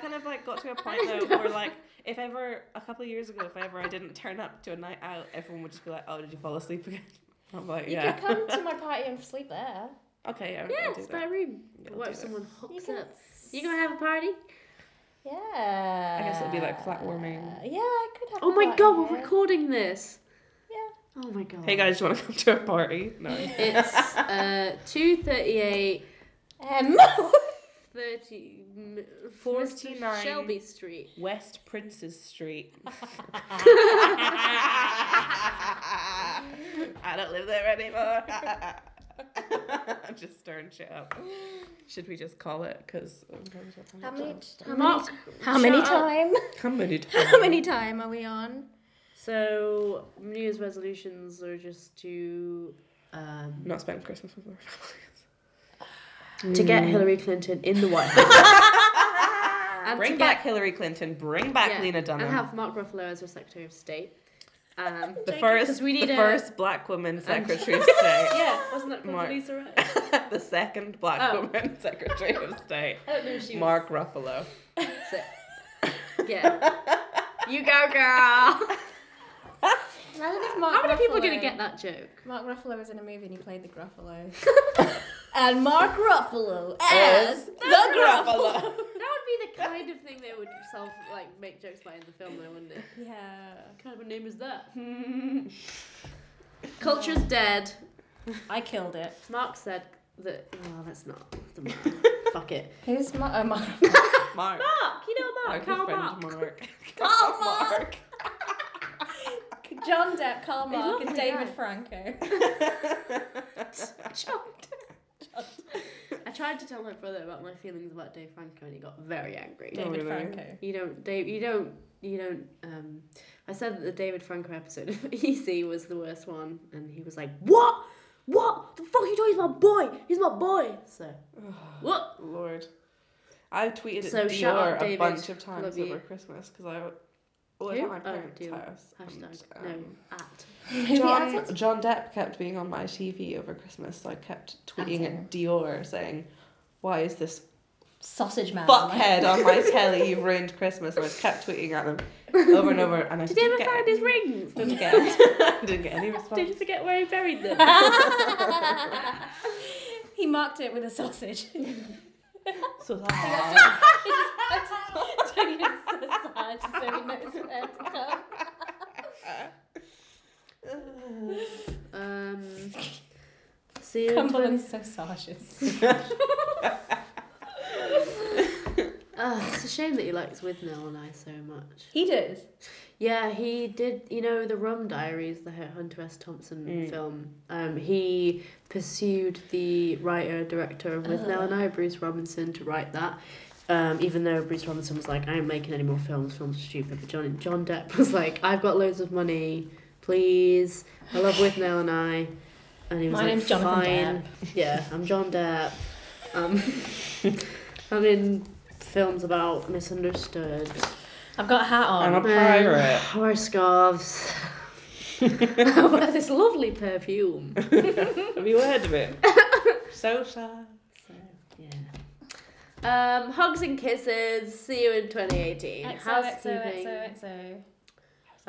A: kind of like got to a point though where like if ever a couple of years ago if ever I didn't turn up to a night out, everyone would just be like, "Oh, did you fall asleep again?" I'm like,
C: You
A: "Yeah."
C: could come to my party and sleep there.
A: okay, yeah. I'll
B: yeah,
A: do
B: spare
A: that.
B: room. But
A: I'll
B: what
A: do
B: if
A: that.
B: someone
C: You
B: hooks
C: can-
B: up? You gonna have a party?
C: Yeah.
A: I guess it'd be like flat warming.
C: Yeah, I could have.
B: Oh
C: a
B: my
C: party
B: god, we're
C: here.
B: recording this.
C: Yeah.
B: Oh my god.
A: Hey guys, do you want to come to a party? No.
B: It's uh two thirty eight
C: Um,
B: thirty m-
A: 49.
B: Shelby Street.
A: West Princes Street. I don't live there anymore. I'm just stirring shit up. Should we just call it? Because
C: how many? How many?
B: Mark.
C: How many
B: shut up.
C: time?
A: how many
C: How many time are we on?
B: So New Year's resolutions are just to um,
A: Not spend Christmas with our families.
B: to
C: Hmm.
B: get Hillary Clinton in the White House. and
A: Bring
B: to
A: back Hillary Clinton. Bring back
B: yeah,
A: Lena Dunham.
B: And have Mark Ruffalo as our Secretary of State. Um,
A: the
B: 'cause
A: first,
B: we need
A: the
B: a-
A: first black woman secretary of state.
B: yeah, wasn't that
A: Mark.
B: called Lisa Ray?
A: the second black
B: Oh.
A: woman secretary of state.
B: I don't know if she was
A: Mark Ruffalo.
B: sick. Yeah. you go, girl.
C: Imagine if Mark
B: How many people are
C: Ruffalo-
B: gonna get that joke?
C: Mark Ruffalo was in a movie and he played the Gruffalo. and Mark Ruffalo
A: As
C: as
A: the
C: the
A: Gruffalo.
C: Gruffalo.
B: That would be the kind of thing they would self like make jokes about in the film, though, wouldn't it?
C: Yeah.
B: What kind of a name is that? Culture's dead.
C: I killed it.
B: Mark said that. Oh, that's not. Fuck it.
C: Who's Mark? Oh, Mark.
A: Mark.
B: Mark, you know
A: Mark,
B: Mark.
A: his
B: Karl
A: friend
B: Marx.
A: Mark.
C: Karl Marx. John Depp, Karl
B: They
C: Mark,
B: look
C: and
B: like
C: David
B: that.
C: Franco.
B: I tried to tell my brother about my feelings about Dave Franco, and he got very angry.
A: Oh,
C: David
A: really?
C: Franco.
B: You don't, Dave. You don't. You don't. Um, I said that the David Franco episode of Easy was the worst one, and he was like, "What? What the fuck? Are you talking? He's my boy. He's my boy." So, what?
A: Lord. I tweeted
B: So
A: at
B: shout
A: Dior
B: out,
A: a
B: David.
A: bunch of times
B: Love you.
A: over Christmas because I was
B: Who?
A: at my
B: Oh,
A: parents'
B: Dior.
A: house. and,
B: Hashtag no
A: um,
B: at.
A: John, John Depp kept being on my TV over Christmas, so I kept tweeting
C: At
A: at Dior saying, Why is this
C: Sausage man.
A: fuckhead on my telly? You've ruined Christmas. And I kept tweeting at him over and over. And I
B: Did he
A: didn't
B: ever
A: get,
B: find his rings?
A: didn't get, didn't get any
B: Did
A: response.
B: you forget where he buried them?
C: he marked it with a sausage.
A: So
C: Doing a sausage so he knows where to come.
B: Um, see you. in
C: Cumberland's so sausages.
B: Ugh, it's a shame that he likes with Nell and I so much.
C: He does.
B: Yeah, he did. You know, the Rum Diaries, the Hunter S. Thompson
C: Mm.
B: film. Um, he pursued the writer director of
C: Ah.
B: With Nell and I, Bruce Robinson, to write that. Um, even though Bruce Robinson was like, I ain't making any more films. Films are stupid. But John John Depp was like, I've got loads of money. Please, I love With Nell and I. And he was
C: My
B: like,
C: name's Jonathan
B: Fine. Yeah, I'm John Depp. Um, I'm in films about misunderstood.
C: I've got a hat on.
A: I'm a
B: Um,
A: pirate.
B: Horror scarves. I wear this lovely perfume.
A: Have you heard of it? so sad.
B: Yeah. Um, hugs and kisses. See you in 2018. Housekeeping.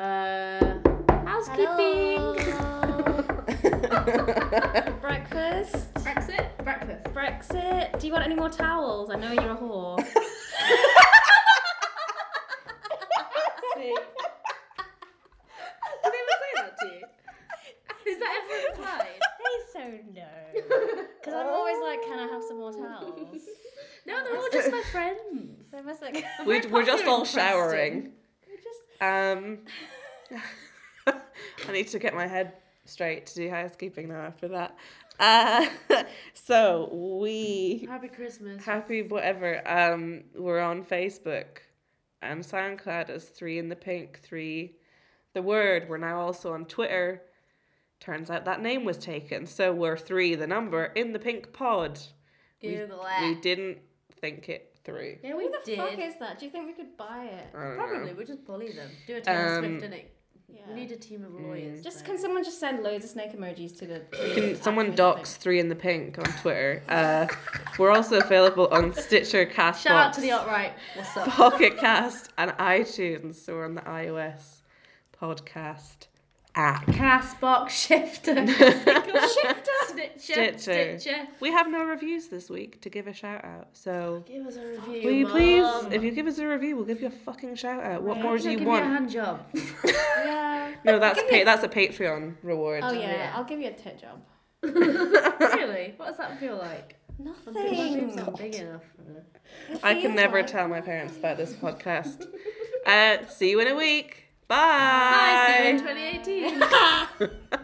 C: XOXOXOXO.
B: Uh, housekeeping.
C: Breakfast.
B: Brexit. Breakfast.
C: Brexit. Do you want any more towels? I know you're a whore.
B: See. Did anyone say that to you? Is that everyone's line?
C: They so no. Because I'm always like, can I have some more towels?
B: No, they're all just my friends.
C: They must like.
A: We, we're just all
C: Preston.
A: showering. Um, I need to get my head straight to do housekeeping now after that. Uh, so we
B: Happy Christmas.
A: happy whatever. Um, we're on Facebook and SoundCloud as Three in the Pink Three, the word. We're now also on Twitter. Turns out that name was taken, so we're three, the number in the pink pod. We,
B: Google
A: we
B: it.
A: didn't think it through.
B: Yeah, we
C: Who the
B: did.
C: fuck is that? Do you think we could buy it?
A: I don't know.
B: Probably, we'll just bully them. Do a Taylor
A: Um,
B: Swift, innit?
C: Yeah.
B: We need a team of lawyers.
C: just
B: though.
C: can someone just send loads of snake emojis to the?
A: Can someone docs three in the pink on Twitter? Uh, we're also available on Stitcher, Castbox,
B: Shout out to the alt-right. What's up?
A: Pocket Cast, and iTunes. So we're on the iOS podcast app.
B: Castbox shifter. shifter. Snitcher.
A: Stitcher.
B: Stitcher.
A: We have no reviews this week to give a shout out. So
B: Give us a review.
A: will you
B: Mum.
A: please, if you give us a review, we'll give you a fucking shout out. What
B: Why
A: more
B: don't
A: do you
B: give Me a
A: want?
B: hand job.
C: Yeah.
A: No, that's
C: Give me
A: pa- that's a Patreon reward.
C: Oh yeah,
B: yeah.
C: I'll give you a tit job.
B: really? What does that feel like? I'm good at doing
C: Nothing.
B: something big enough.
A: I can
C: feels
A: never
C: like-
A: tell my parents about this podcast. uh, see you in a week. Bye.
B: Bye. See you in 2018.
A: Bye.